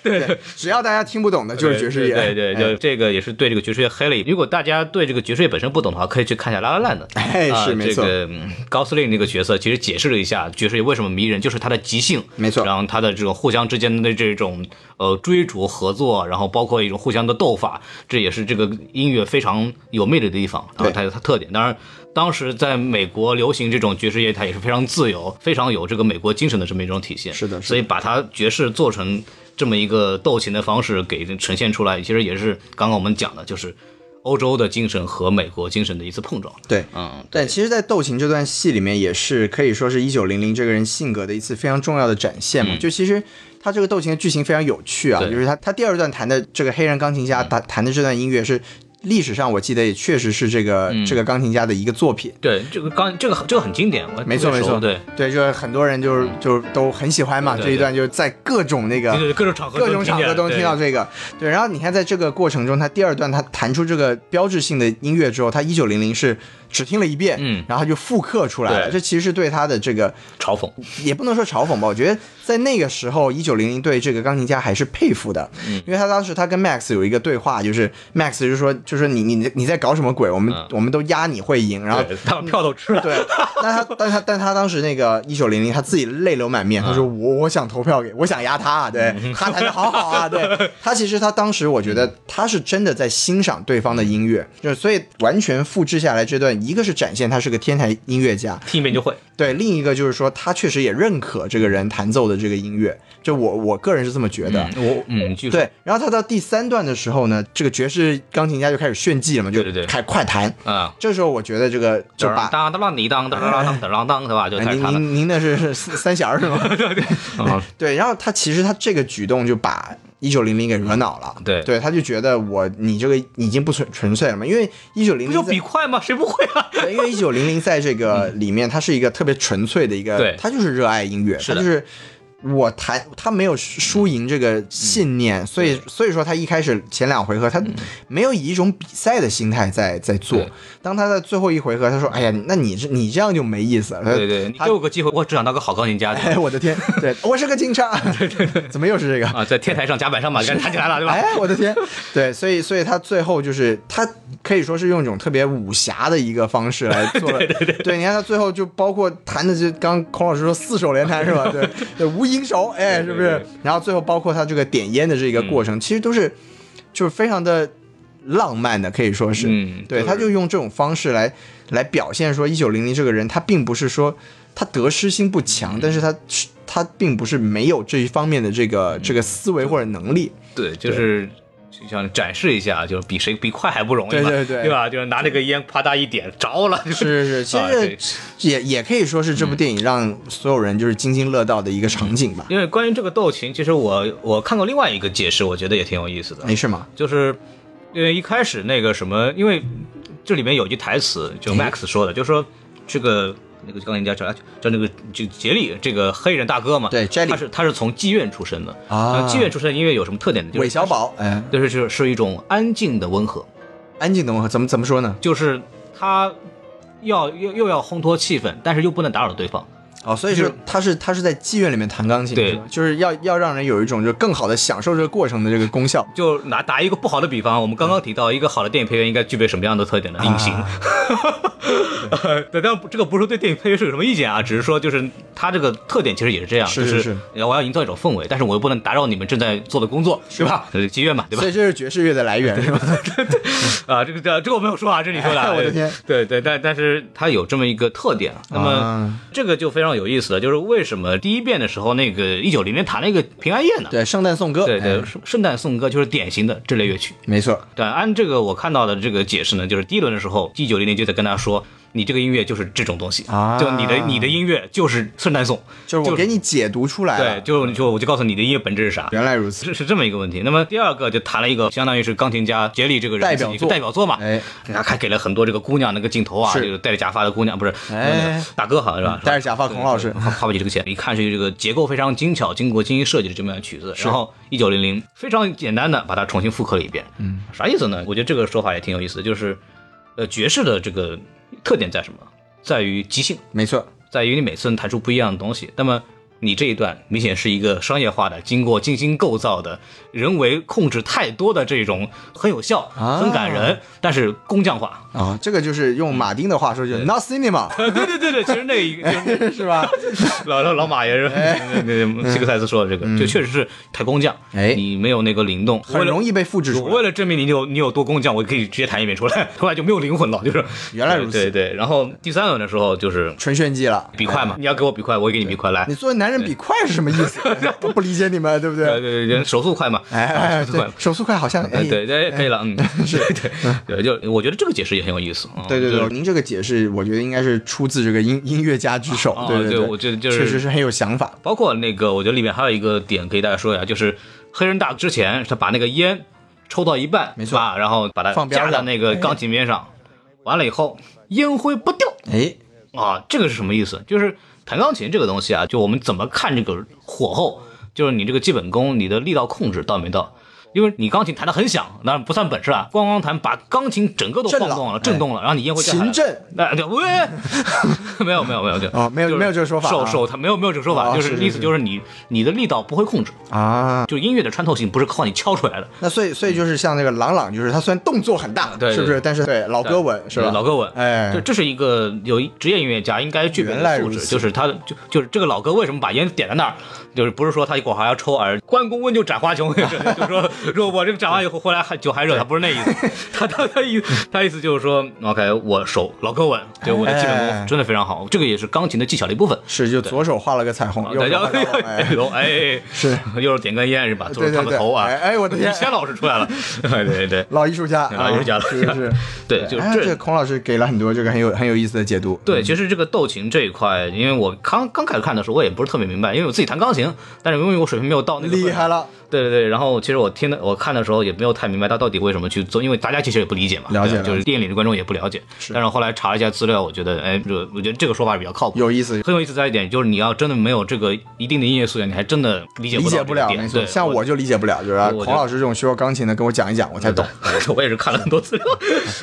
B: 对对。
A: 只要大家听不懂
B: [laughs]
A: 的就是爵士乐，
B: 对对对，
A: 哎
B: 就这个也是对这个爵士乐黑了一。如果大家对这个爵士乐本身不懂的话，可以去看一下《拉拉烂》的。
A: [laughs] 哎
B: 啊
A: 是没错
B: 这个嗯高司令那个角色其实解释了一下爵士乐为什么迷人，就是它的即兴，
A: 没错
B: 然后它的这种互相之间的这种呃追逐、合作，然后包括一种互相的斗法，这也是这个音乐非常有魅力的地方，然后
A: 对
B: 它有它特点。当然。当时在美国流行这种爵士乐，它也是非常自由、非常有这个美国精神的这么一种体现。
A: 是的是的
B: 所以把它爵士做成这么一个斗琴的方式给呈现出来，其实也是刚刚我们讲的，就是欧洲的精神和美国精神的一次碰撞。
A: 对。
B: 嗯，
A: 但其实，在《斗琴》这段戏里面，也是可以说是一九零零这个人性格的一次非常重要的展现嘛。就其实他这个斗琴的剧情非常有趣啊，
B: 嗯对
A: 就是他他第二段弹的这个黑人钢琴家弹弹的这段音乐是历史上我记得也确实是这个、
B: 嗯
A: 这个钢琴家的一个作品。
B: 对，这个刚这个这个很经典，我
A: 没错
B: 特
A: 没
B: 别熟
A: 错，
B: 对。
A: 对，就是很多人就是就是都很喜欢嘛，
B: 对
A: 这一段就是在各种那个
B: 就是各种场合都
A: 各
B: 经
A: 种
B: 典，
A: 场合都能听到
B: 对
A: 这个。对，然后你看，在这个过程中，他第二段他弹出这个标志性的音乐之后，他一九零零是只听了一遍，
B: 嗯
A: 然后他就复刻出来了。
B: 对
A: 这其实是对他的这个
B: 嘲讽，
A: 也不能说嘲讽吧，我觉得在那个时候，一九零零对这个钢琴家还是佩服的，
B: 嗯
A: 因为他当时他跟 Max 有一个对话，就是 Max 就说就说你你你在搞什么鬼？我们、
B: 嗯
A: 我们都压你会赢，然后
B: 对他把票都吃
A: [laughs]
B: 了。
A: 对，但他但他但他当时那个一九零零，他自己泪流满面，他说
B: 嗯
A: 我我想投票给，我想压他、啊，对 [laughs] 他弹的好好啊，
B: [laughs]
A: 对他其实他当时我觉得他是真的在欣赏对方的音乐，就是所以完全复制下来这段，一个是展现他是个天才音乐家，
B: 听一遍就会，
A: 对，另一个就是说他确实也认可这个人弹奏的这个音乐，就我我个人是这么觉得，
B: 嗯我嗯，据说
A: 对，然后他到第三段的时候呢，这个爵士钢琴家就开始炫技了嘛，就
B: 对对对
A: 开快弹。
B: 啊，
A: 这时候我觉得这个就把
B: 当当当你当当当当当当，对吧？就
A: 哎
B: 开始
A: 您
B: 看了。
A: 您 [laughs]
B: [laughs]
A: 您那是是三三弦儿是吗？
B: 嗯
A: 对，然后他其实他这个举动就把。一九零零给惹恼了。
B: 对
A: 对，他就觉得我你这个已经不纯纯粹了嘛，因为一九零
B: 不
A: 零
B: 就比快吗？谁不会啊？
A: 对，因为一九零零在这
B: [laughs]
A: 个里面，他是一个特别纯粹的一个，
B: 对
A: 他就是热爱音乐，
B: 是
A: 他
B: 的
A: 就是我弹，他没有输赢这个信念，
B: 嗯
A: 所以所以说他一开始前两回合他没有以一种比赛的心态在在做
B: 对，
A: 当他在最后一回合，他说：“哎呀，那你这你这样就没意思了。”他
B: 对对，你
A: 他
B: 给我个机会，我只想当个好钢琴家
A: [laughs] 哎，我的天，对我是个警察，对对对，怎么又是这个？
B: 啊，在天台上夹板上把杆弹起来了，对吧？
A: [laughs] 哎，我的天，对，所以所以他最后就是他可以说是用一种特别武侠的一个方式来做 [laughs] 了，对对对你看他最后就包括弹的就刚孔老师说四手连弹是 [laughs] 吧？对对，嗯无影手，哎，是不
B: 对
A: 是
B: 对？
A: 然后最后包括他这个点烟的这个过程，其实都是就是非常的浪漫的，可以说是，
B: 嗯
A: 对，
B: 就是
A: 他就用这种方式来来表现说一九零零这个人，他并不是说他得失心不
B: 嗯
A: 强，但是他他并不是没有这一方面的这
B: 嗯
A: 个这个思维或者能力，
B: 对，就是就想展示一下，就是比谁比快还不容易嘛，
A: 对对对
B: 吧？就是拿那个烟啪嗒一点着了， [laughs] 就是
A: 是是， [laughs]
B: 嗯
A: 其
B: 啊
A: 实
B: 对
A: 也也可以说是这部电影让所有人就是津津乐道的一个场景吧。
B: 因为关于这个斗琴，其实我我看过另外一个解释，我觉得也挺有意思的，
A: 没事吗？
B: 就是因为一开始那个什么，因为这里面有句台词，就
A: 嗯
B: Max 说的，就说这个那个钢琴家叫叫那个就杰里这个黑人大哥嘛，
A: 对，Jelly
B: 他是他是从妓院出身的
A: 啊
B: 呃妓院出身的音乐有什么特点呢？就是
A: 韦小宝，哎，
B: 就是就是是一种安静的温和，
A: 安静的问候怎么怎么说呢？
B: 就是他要又又要烘托气氛，但是又不能打扰对方。
A: 哦，所以说他是他是在妓院里面弹钢琴，
B: 对
A: 是吧就是要要让人有一种就更好的享受这个过程的这个功效。
B: 就拿打一个不好的比方，我们刚刚提到一个好的电影配乐应该具备什么样的特点呢？隐形。 [laughs]
A: 啊
B: 呃对，但这个不是对电影配乐是有什么意见啊，只是说就是它这个特点其实也是这样，
A: 是
B: 就是呃
A: 是
B: 我要营造一种氛围，但是我又不能打扰你们正在做的工作，是吧？呃妓院嘛，对吧
A: 所？以这是爵士乐的来源，是吧？
B: [laughs] 啊，这个这这个我没有说啊，这是你说的啊。
A: 哎我的天
B: 对对，但但是它有这么一个特点啊。那么、
A: 啊
B: 这个就非常有意思了，就是为什么第一遍的时候那个一九零零弹了一个平安夜呢？
A: 对，圣诞颂歌，
B: 对对
A: 哎，
B: 圣圣诞颂歌就是典型的这类乐曲。
A: 没错。
B: 对，按这个我看到的这个解释呢，就是第一轮的时候，G 九零零就在跟他说，你这个音乐就是这种东西，
A: 啊
B: 就你的你的音乐就是圣诞颂，
A: 就是我
B: 就
A: 给你解读出来
B: 对，
A: 了，
B: 就就我就告诉你的音乐本质是啥。
A: 原来如此。
B: 是是这么一个问题，那么第二个就谈了一个相当于是钢琴家杰里这个人
A: 代表
B: 自己
A: 作
B: 代表作嘛，
A: 哎，
B: 给他还给了很多这个姑娘那个镜头啊，
A: 是
B: 就是戴着假发的姑娘，不是，
A: 哎
B: 大哥好像是吧？
A: 戴着假发孔老师
B: 花花不起这个钱，一看是这个结构非常精巧、经过精心设计的这么样的曲子。然后一九零零非常简单的把它重新复刻了一遍，嗯，啥意思呢？我觉得这个说法也挺有意思的，就是，呃，爵士的这个特点在什么？在于即兴，
A: 没错。
B: 在于你每次能弹出不一样的东西。那么你这一段明显是一个商业化的、经过精心构造的、人为控制太多的这种很有效、
A: 啊
B: 很感人，但是工匠化。
A: 啊，这个就是用马丁的话说，就是 not cinema，
B: 呃， [laughs] 对对对对，其实那一个 [laughs] 就是
A: 是吧？
B: 老老老马也是，那那西克塞斯说的这个，就确实是太工匠，
A: 哎
B: 你没有那个灵动，
A: 很容
B: 易。
A: 易被复制出来。
B: 为了证明你有你有多工匠，我可以直接弹一遍出来， [laughs] 后来就没有灵魂了，就是
A: 原来如此
B: 对对，对然后第三轮的时候就是
A: 纯炫技了，
B: 比快嘛，你要给我比快，我也给你比快来
A: 你。作为男人比快是什么意
B: [laughs]
A: 思？我不理解你们，对不
B: 对
A: 对？
B: 对对，手速快嘛，啊
A: 哎哎，哎
B: 手速快
A: 对，。手速快好像哎，
B: 哎，对对，可以了，嗯， [laughs] 是，对对，就我觉得这个解释也很有意思啊。
A: 对对
B: 就是
A: 对，您这个解释，我觉得应该是出自这个音 [laughs] 音乐家之手
B: 啊，
A: 对
B: 对
A: 对，
B: 我觉得就是
A: 确实是很有想法，
B: 包括那个，我觉得里面还有一个点可以大家说一下，就是黑人大之前他把那个烟抽到一半，
A: 没错
B: 是吧，然后把它
A: 放边
B: 架
A: 上哎
B: 到那个钢琴边上，完了以后烟灰不掉
A: 哎，
B: 啊，这个是什么意思？就是弹钢琴这个东西啊，就我们怎么看这个火候，就是你这个基本功，你的力道控制到没到。因为你钢琴弹得很响，那不算本事啊，咣咣弹把钢琴整个都
A: 震
B: 晃
A: 了
B: 动了，
A: 哎
B: 震动了，然后你烟灰掉下来了
A: 琴震，
B: 那对，喂， [laughs] 没有没有没有就
A: 哦没有
B: 就是
A: 没有这个说法啊
B: 手手他没有没有这个说法，
A: 哦
B: 就是
A: 是是
B: 意思就是你你的力道不会控制，
A: 啊。
B: 就是音乐的穿透性不是靠你敲出来的，
A: 那所以所以就是像那个朗朗，就是他虽然动作很大，
B: 对对
A: 是不是？但是对老歌吻是吧？
B: 老歌吻，
A: 哎
B: 这这是一个有职业音乐家应该具备
A: 原来
B: 的素
A: 如
B: 质，
A: 此
B: 就是他就就是这个 [laughs] 老哥为什么把烟点在那儿，就是不是说他一会儿还要抽，而关公问就斩花琼，就是说说我这个讲完以后，后来还酒还热，他不是那意思， [laughs] 他他他意他意思就是说，OK，我手老够稳，对我的基本
A: 哎
B: 功真的非常好，这个也是钢琴的技巧的一部分。
A: 是就左手画了个彩虹，右
B: 大
A: 手
B: 家
A: 画个龙哎
B: 哎哎， [laughs]
A: 是
B: 右手点根烟是吧？左
A: 对
B: 手
A: 对
B: 烫个
A: 对
B: 头啊！
A: 哎哎我
B: [laughs]
A: 的天
B: 于谦老师出
A: [laughs]
B: 来了，哎对对对
A: 老艺术家，
B: [laughs] 老艺术家
A: 啊
B: 老
A: 是
B: 艺术家
A: 是，
B: [laughs] 对，就是
A: 哎
B: 这
A: 这个孔老师给了很多这个很有很有意思的解读。
B: 对，其实这个斗琴这一块，因为我刚刚开始看的时候，我也不是特别明白，因为我自己弹钢琴，但是因为我水平没有到那
A: 嗯
B: 个
A: 厉害
B: 了，
A: 了，
B: 对对对。然后其实我听的我看的时候也没有太明白他到底为什么去做，因为大家其实也不理解嘛，
A: 了解
B: 对
A: 了解
B: 就是电影里的观众也不了解。但是后来查了一下资料，我觉得，哎，这我觉得这个说法比较靠谱。
A: 有意思。
B: 很有意思在一点就是，你要真的没有这个一定的音乐素养，你还真的理解
A: 理
B: 不
A: 解
B: 了
A: 不
B: 这个
A: 了，
B: 点。
A: 没错。
B: 对
A: 像我就理解不了，就是啊
B: 我
A: 孔
B: 觉得
A: 老师这种学过钢琴的，跟我讲一讲，我才懂。
B: 我也是看了很多资
A: [laughs]
B: 料。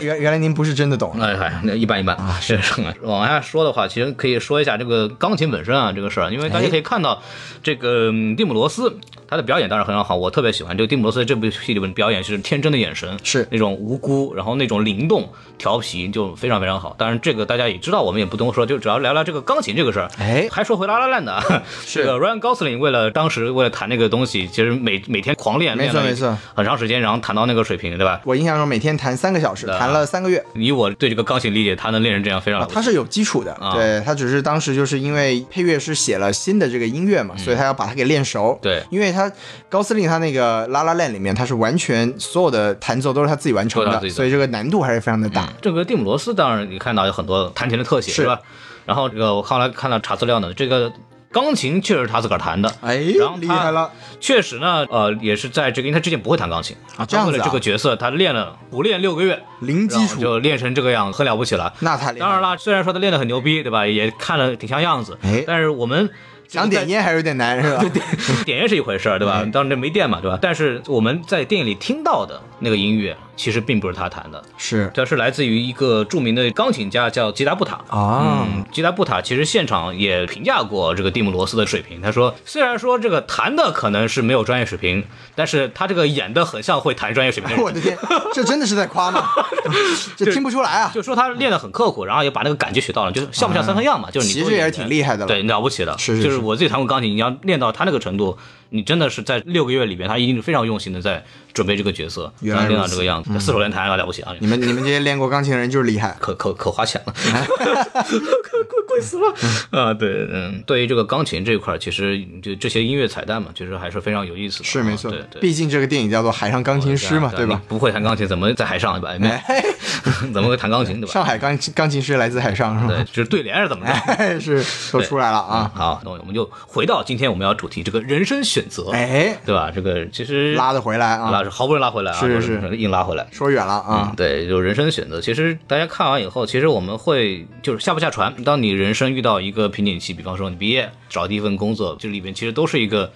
A: 原原来您不是真的懂，
B: 哎嗨，那一般一般啊。是往下说的话，其实可以说一下这个钢琴本身啊这个事儿，因为大家可以
A: 哎
B: 看到这个嗯蒂姆罗斯他的表演当然很好，我特别喜欢这个蒂姆罗斯在这部戏里面表演是天真的眼神，
A: 是
B: 那种无辜，然后那种灵动、调皮，就非常非常好。当然这个大家也知道，我们也不多说，就主要聊聊这个钢琴这个事儿。
A: 哎
B: 还说回拉拉烂的啊，这个 Ryan Gosling 为了当时为了弹那个东西，其实每每天狂练，
A: 没错
B: 练了
A: 没错
B: 很长时间，然后弹到那个水平，对吧？
A: 我印象中每天弹三个小时，
B: 啊
A: 弹了三个月。
B: 以我对这个钢琴理解，他能练成这样非常
A: 啊
B: 了，不起
A: 他是有基础的，
B: 啊
A: 对他只是当时就是因为配乐师写了新的这个音乐嘛，所以他要把它给练熟。
B: 嗯对
A: 因为他高司令他那个《拉拉链》里面，他是完全所有的弹奏都是他自己完成
B: 都是
A: 的
B: 他自，己的嗯
A: 所以这个难度还是非常的大。
B: 这个蒂姆·罗斯当然你看到有很多弹琴的特写
A: 是
B: 是吧？然后这个我后来看到查资料呢，这个钢琴确实是他自个儿弹的，
A: 哎，
B: 然后他
A: 厉害了，
B: 确实呢，呃，也是在这个，因为他之前不会弹钢琴
A: 啊这样子啊
B: 他为了这个角色，他练了不练六个月，
A: 零基
B: 然后
A: 础，
B: 就练成这个样子，很了不起了。
A: [laughs] 那太厉害
B: 当
A: 了。
B: 然啦，虽然说他练得很牛逼，对吧？也看了挺像样子，
A: 哎
B: 但是我们
A: 想点烟还哎是有点难，是吧？
B: [laughs] 点烟是一回事儿，对吧？当然这没电嘛，对吧？但是我们在电影里听到的那个音乐，其实并不是他弹的，
A: [laughs] 是
B: 这是来自于一个著名的钢琴家叫吉达布塔
A: 啊，
B: 嗯，吉达布塔其实现场也评价过这个蒂姆·罗斯的水平。他说，虽然说这个弹的可能是没有专业水平，但是他这个演的很像会弹专业水平的
A: [laughs]
B: 人。
A: 我的天，这真的是在夸吗？ [laughs] 这听不出来啊，
B: 就说他练得很刻苦，然后也把那个感觉学到了，就是像不像三合样嘛？就是你
A: 啊其
B: 作
A: 实
B: 为
A: 也是
B: 演员
A: 挺厉害的了。
B: 对，了不起的。
A: 是是
B: 就是
A: 是
B: 我自己弹过钢琴，你要练到他那个程度，你真的是在六个月里边，他一定是非常用心的在准备这个角色，
A: 原来
B: 才能练
A: 如嗯
B: 到这个样子。四手联弹啊，了不起啊！
A: 你们你们这些练过钢琴的人就是厉害。
B: 可可可花钱
A: [laughs]
B: 了，可贵贵死了啊！对，嗯，对于这个钢琴这一块儿，其实就这些音乐彩蛋嘛，其实还是非常有意思的啊。
A: 是没错
B: 对，对。
A: 毕竟这个电影叫做《海上钢琴师》嘛，
B: 啊
A: 对吧？？
B: 你不会弹钢琴，怎么在海上对吧？没，
A: 哎，
B: [laughs] 怎么会弹钢琴对吧？
A: 上海钢琴钢琴师来自海上是
B: 对，
A: 吗？
B: 就是对联是怎么着？
A: 哎， [laughs] 是都出来了啊！
B: 好，那我们就回到今天我们要主题这个人生选择，
A: 哎，
B: 对吧？这个其实
A: 拉得回来啊
B: 拉！好不容易拉回来啊，
A: 是是
B: 是硬拉回来。
A: 说远了啊，
B: 嗯对，就是人生的选择。其实大家看完以后，其实我们会就是下不下船。当你人生遇到一个瓶颈期，比方说你毕业找第一份工作，这里边其实都是一个，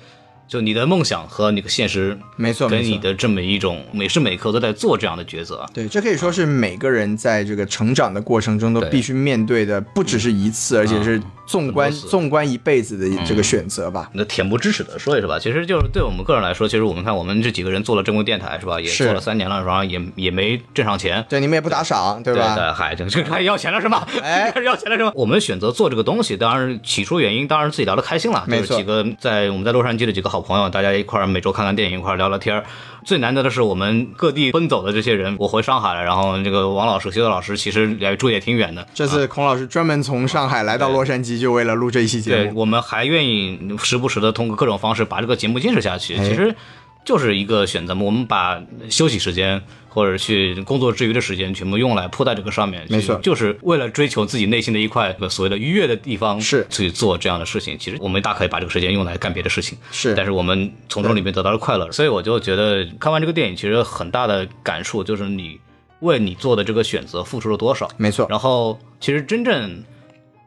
B: 就你的梦想和你的现实，
A: 没错
B: 跟
A: 没
B: 你
A: 错。
B: 的这么一种每时每刻都在做这样的抉择啊。
A: 对，这可以说是每个人在这个成长的过程中都必须面对的，不只是一次，而且是纵观
B: 嗯很多次嗯
A: 纵观一辈子的这个选择吧。
B: 那恬不知耻的说一说吧，其实就是对我们个人来说，其实我们看我们这几个人做了正规电台是吧，也
A: 是
B: 做了三年了，然后也也没挣上钱，
A: 对，你们也不打赏，对
B: 对
A: 吧？
B: 对，嗨，这这开始要钱了是吗？
A: 哎
B: [laughs] 开始要钱了是吗？我们选择做这个东西，当然起初原因当然是自己聊得开心了，
A: 没
B: 就是
A: 错
B: 几个在我们在洛杉矶的几个好朋友，大家一块儿每周看看电影，一块儿聊聊天儿。最难得的是我们各地奔走的这些人，我回上海了，然后这个王老师、徐德老师其实也住也挺远的，
A: 这次孔老师专门从上海来到洛杉矶，就为了录这一期节
B: 对，
A: 目。
B: 我们还愿意时不时的通过各种方式把这个节目坚持下
A: 哎
B: 去，其实就是一个选择嘛。我们把休息时间或者去工作之余的时间全部用来铺在这个上面，
A: 没错
B: 其实就是为了追求自己内心的一块所谓的愉悦的地方，
A: 是
B: 去做这样的事情。其实我们大可以把这个时间用来干别的事情，
A: 是
B: 但是我们从中里面得到了快乐，所以我就觉得看完这个电影，其实很大的感触就是你为你做的这个选择付出了多少。
A: 没错，
B: 然后其实真正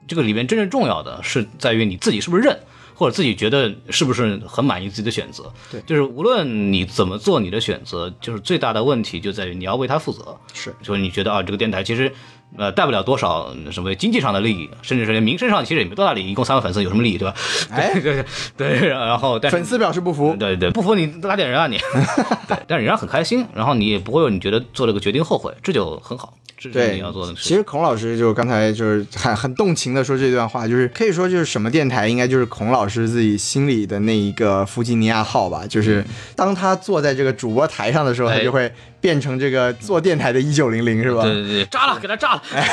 B: 这个里面真正重要的是在于你自己是不是认，或者自己觉得是不是很满意自己的选择。
A: 对
B: 就是无论你怎么做你的选择，就是最大的问题就在于你要为它负责。
A: 是
B: 就是你觉得啊，这个电台其实。呃，带不了多少嗯什么经济上的利益，甚至是连名声上其实也没多大利益，一共三万粉丝有什么利益，对吧？ [laughs]
A: 哎
B: 对对对，然后但是
A: 粉丝表示不服，
B: 对对，不服你 [laughs] 拉点人啊你。对，但是人家很开心，然后你也不会有你觉得做了个决定后悔，这就很好。这是
A: 对
B: 你要做的事
A: 其
B: 情。
A: 实孔老师就刚才就是很很动情的说这段话，就是可以说就是什么电台应该就是孔老师自己心里的那一个弗吉尼亚号吧，就是当他坐在这个主播台上的时候，
B: 嗯哎
A: 他就会变成这个做电台的一九零零是吧？
B: 对对对，炸了，给他炸了！
A: [laughs] 哎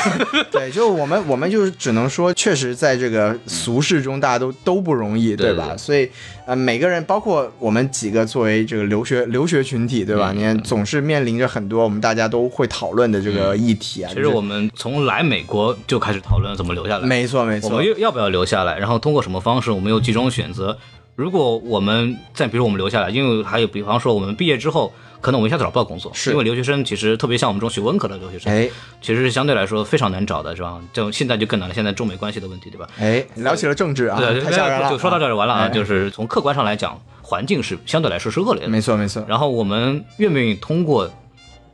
A: 对，就我们我们就是只能说，确实在这个俗世中，大家都都不容易，
B: 对
A: 对吧？
B: 对
A: 所以呃，每个人，包括我们几个作为这个留学留学群体，对吧？
B: 嗯
A: 你看，总是面临着很多我们大家都会讨论的这个议题啊。
B: 嗯其
A: 就
B: 实
A: 是
B: 我们从来美国就开始讨论怎么留下来，
A: 没错没
B: 我
A: 错
B: 们，又要不要留下来，然后通过什么方式，我们有几种选择。如果我们再比如我们留下来，因为还有比方说我们毕业之后，可能我们一下子找不到工作，
A: 是
B: 因为留学生其实特别像我们这种学文科的留学生，
A: 哎
B: 其实相对来说非常难找的，是吧？就现在就更难了，现在中美关系的问题，对吧？
A: 哎，聊起了政治啊，
B: 对，
A: 太吓人了。
B: 就说到这
A: 啊，
B: 儿就完了啊。
A: 哎
B: 就是从客观上来讲，环境是相对来说是恶劣的，
A: 没错没错，
B: 然后我们愿不愿意通过，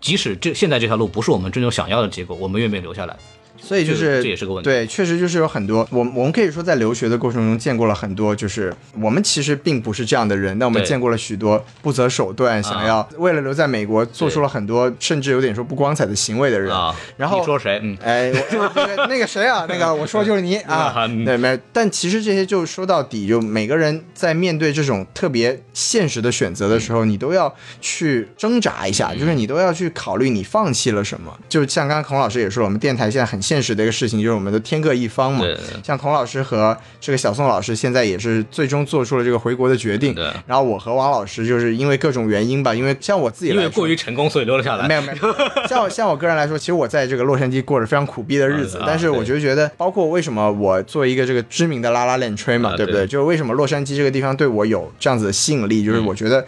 B: 即使这现在这条路不是我们真正想要的结果，我们愿不愿意留下来？
A: 所以就
B: 这
A: 是
B: 个这也是个问题
A: 对，确实就是有很多，我们我们可以说在留学的过程中见过了很多，就是我们其实并不是这样的人，但我们
B: 对啊
A: 见过了许多不择手段，想要为了留在美国做出了很多甚至有点说不光彩的行为的人。
B: 啊，
A: 然后
B: 你说谁？嗯，
A: 哎，我那个那个谁
B: [laughs]
A: 啊，那个我说就是你啊
B: 啊嗯，
A: 对，没有。但其实这些就说到底，就每个人在面对这种特别现实的选择的时候，你都要去挣扎一
B: 嗯
A: 下，就是你都要去考虑你放弃了什么。就像刚刚孔老师也说，我们电台现在很现实的一个事情，就是我们都天各一方嘛
B: 对对对。
A: 像孔老师和这个小宋老师，现在也是最终做出了这个回国的决定
B: 对。
A: 然后我和王老师就是因为各种原因吧，因为像我自己
B: 因
A: 来
B: 为
A: 说，
B: 过于成功，所以留了下来。
A: 没有没
B: [laughs]
A: 有，像我像我个人来说，其实我在这个洛杉矶过着非常苦逼的日子
B: 啊，
A: 但是我就觉得，包括为什么我做一个这个知名的拉拉链吹嘛，
B: 啊
A: 对不对？
B: 对嗯
A: 就是为什么洛杉矶这个地方对我有这样子的吸引力，就是我觉得。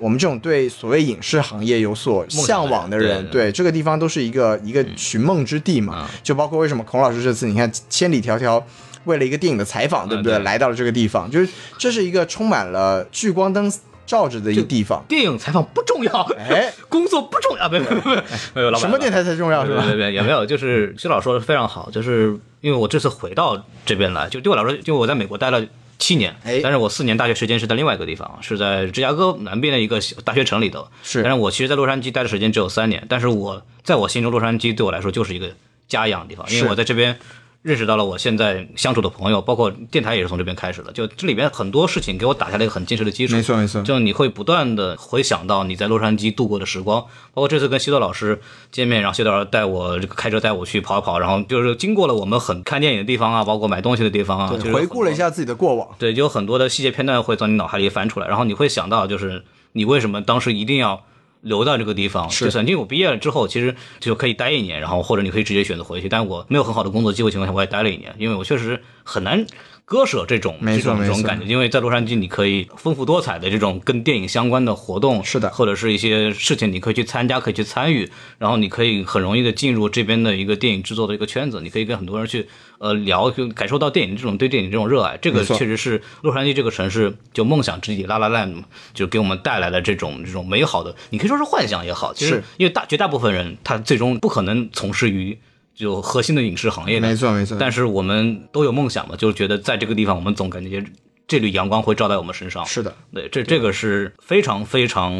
A: 我们这种对所谓影视行业有所
B: 想的
A: 向往的
B: 人
A: 人，
B: 对嗯啊
A: 对这个地方都是一个一个寻梦之地嘛。就包括为什么孔老师这次，你看千里迢迢为了一个电影的采访，对不对？
B: 啊对
A: 来到了这个地方，就是这是一个充满了聚光灯照着的一个地方。
B: 电影采访不重要，
A: 哎，
B: [laughs] 工作不重要，没有没有没有没有，老板
A: 什么电台才重要是
B: 对
A: 吧？
B: 对对，也没有，就是薛老师说的非常好，就是因为我这次回到这边来，就对我来说，因为我在美国待了七年，
A: 哎
B: 但是我四年大学时间是在另外一个地方，是在芝加哥南边的一个小大学城里头，
A: 是
B: 但是我其实，在洛杉矶待的时间只有三年，但是我在我心中，洛杉矶对我来说就是一个家一样的地方，因
A: 是
B: 为我在这边。认识到了我现在相处的朋友，包括电台也是从这边开始的。就这里边很多事情给我打下了一个很坚实的基础。
A: 没错没错
B: 就你会不断的回想到你在洛杉矶度过的时光，包括这次跟西多老师见面，然后西多老师带我这个开车带我去跑一跑，然后就是经过了我们很看电影的地方啊，包括买东西的地方啊，就是有
A: 回顾了一
B: 很多，
A: 下自己的过往，
B: 对，就有很多的细节片段会从你脑海里翻出来，然后你会想到就是你为什么当时一定要。留到这个地方，
A: 是
B: 就算因为我毕业了之后，其实就可以待一年，然后或者你可以直接选择回去。但我没有很好的工作机会情况下，我也待了一年，因为我确实很难割舍这种
A: 没
B: 这
A: 错
B: 种这
A: 没
B: 种
A: 错
B: 感觉。因为在洛杉矶，你可以丰富多彩的这种跟电影相关的活动，
A: 是的
B: 或者是一些事情，你可以去参加，可以去参与，然后你可以很容易的进入这边的一个电影制作的一个圈子，你可以跟很多人去呃聊，就感受到电影这种对电影这种热爱，这
A: 没
B: 个
A: 错
B: 确实是洛杉矶这个城市就梦想之地拉拉烂就给我们带来了这种这种美好的，你可以说是幻想也好，其
A: 是
B: 实因为大绝大部分人他最终不可能从事于。就核心的影视行业的，
A: 没错没错。
B: 但是我们都有梦想嘛，就是觉得在这个地方，我们总感觉这缕阳光会照在我们身上。
A: 是的，
B: 对，这这个是非常非常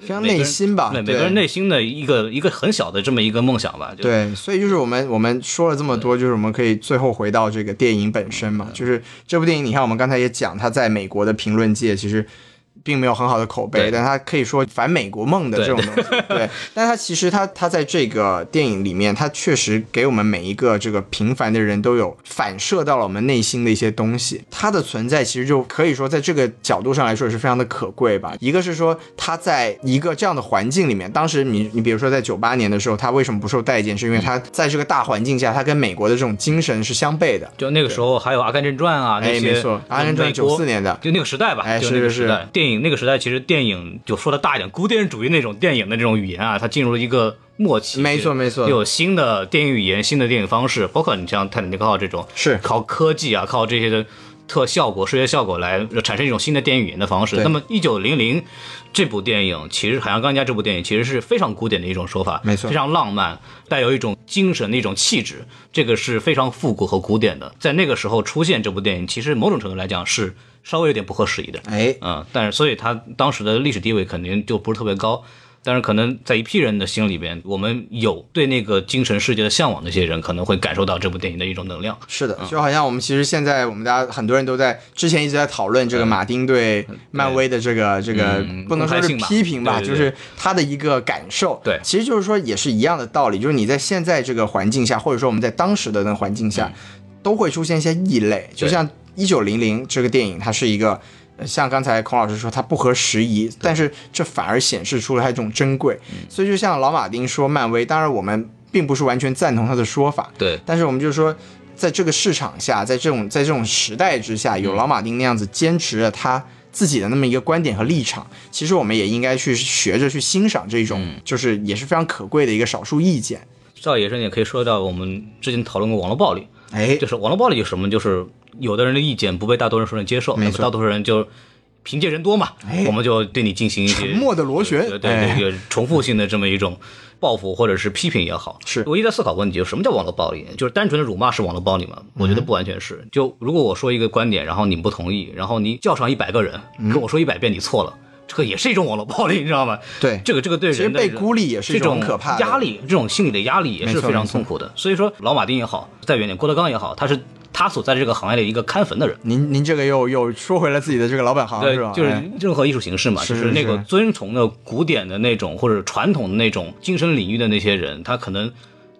A: 非常
B: 每个人
A: 内心吧
B: 对
A: 对
B: 每个人内心的一个一个很小的这么一个梦想吧。就，
A: 对，所以就是我们我们说了这么多，就是我们可以最后回到这个电影本身嘛，就是这部电影，你看我们刚才也讲，它在美国的评论界其实。并没有很好的口碑，
B: 对
A: 但它可以说反美国梦的这
B: 对
A: 种东
B: [laughs]
A: 西，对。但它其实它它在这个电影里面，它确实给我们每一个这个平凡的人都有反射到了我们内心的一些东西。它的存在其实就可以说在这个角度上来说也是非常的可贵吧。一个是说它在一个这样的环境里面，当时你你比如说在九八年的时候，它为什么不受待见，是因为它在这个大环境下，它跟美国的这种精神是相悖的。
B: 就那个时候还有《阿甘正传》啊，
A: 哎
B: 那些
A: 没错阿甘正传
B: 美国
A: 94年的
B: 就那个时代吧，
A: 哎
B: 就那个
A: 是是
B: 时代。电影那个时代，其实电影就说的大一点，古典主义那种电影的这种语言啊，它进入了一个末期。
A: 没错
B: 就
A: 没错
B: 有新的电影语言、新的电影方式，包括你像《泰坦尼克号》这种，
A: 是
B: 靠科技啊，靠这些的特效果、视觉效果来产生一种新的电影语言的方式。
A: 对
B: 那么，《一九零零》这部电影，其实《海洋钢家》这部电影其实是非常古典的一种手法，
A: 没错
B: 非常浪漫，带有一种精神的一种气质，这个是非常复古和古典的。在那个时候出现这部电影，其实某种程度来讲是稍微有点不合时宜的。
A: 哎，
B: 嗯，但是所以它当时的历史地位肯定就不是特别高。但是可能在一批人的心里边，我们有对那个精神世界的向往的一些人，可能会感受到这部电影的一种能量。
A: 是的，就好像我们其实现在我们大家很多人都在之前一直在讨论这个马丁对漫威的这个这个
B: 嗯
A: 不能说是
B: 公开性吧
A: 批评吧，
B: 对对
A: 就
B: 对
A: 是他的一个感受。
B: 对
A: 其实就是说也是一样的道理，就是你在现在这个环境下，或者说我们在当时的那个环境下，
B: 嗯
A: 都会出现一些异类。就像《一九零零》这个电影，它是一个。呃像刚才孔老师说，它不合时宜，但是这反而显示出了它一种珍贵。
B: 嗯
A: 所以，就像老马丁说漫威，当然我们并不是完全赞同他的说法，
B: 对，
A: 但是我们就是说，在这个市场下，在这种在这种时代之下，
B: 嗯
A: 有老马丁那样子坚持了他自己的那么一个观点和立场，其实我们也应该去学着去欣赏这种，
B: 嗯
A: 就是也是非常可贵的一个少数意见。
B: 少爷甚至也可以说到我们之前讨论过网络暴力，
A: 哎
B: 就，是网络暴力有什么？就是有的人的意见不被大多数人接受，
A: 没
B: 那
A: 错
B: 么大多数人就凭借人多嘛，
A: 哎
B: 我们就对你进行一些
A: 沉默的螺旋
B: 对对对
A: 哎
B: 对，有重复性的这么一种报复或者是批评也好。
A: 是
B: 我一直在思考问题，什么叫网络暴力？就是单纯的辱骂是网络暴力吗？我
A: 嗯
B: 觉得不完全是。就如果我说一个观点，然后你们不同意，然后你叫上一百个人
A: 嗯
B: 跟我说一百遍你错了，这个也是一种网络暴力，你知道吗？
A: 对
B: 这个这个对
A: 其实
B: 人的
A: 被
B: 这个
A: 孤立也是一
B: 这
A: 种
B: 种
A: 很可怕的
B: 压力，这种心理的压力也
A: 没
B: 是
A: 错
B: 非常
A: 没错
B: 痛苦的。所以说，老马丁也好，再远点，郭德纲也好，他是他所在的这个行业的一个看坟的人。
A: 您您这个又又说回了自己的这个老本行
B: 对
A: 吧？，
B: 就是
A: 哎
B: 任何艺术形式嘛，
A: 是
B: 就是那
A: 是
B: 个遵从的古典的那种或者传统的那种精神领域的那些人，他可能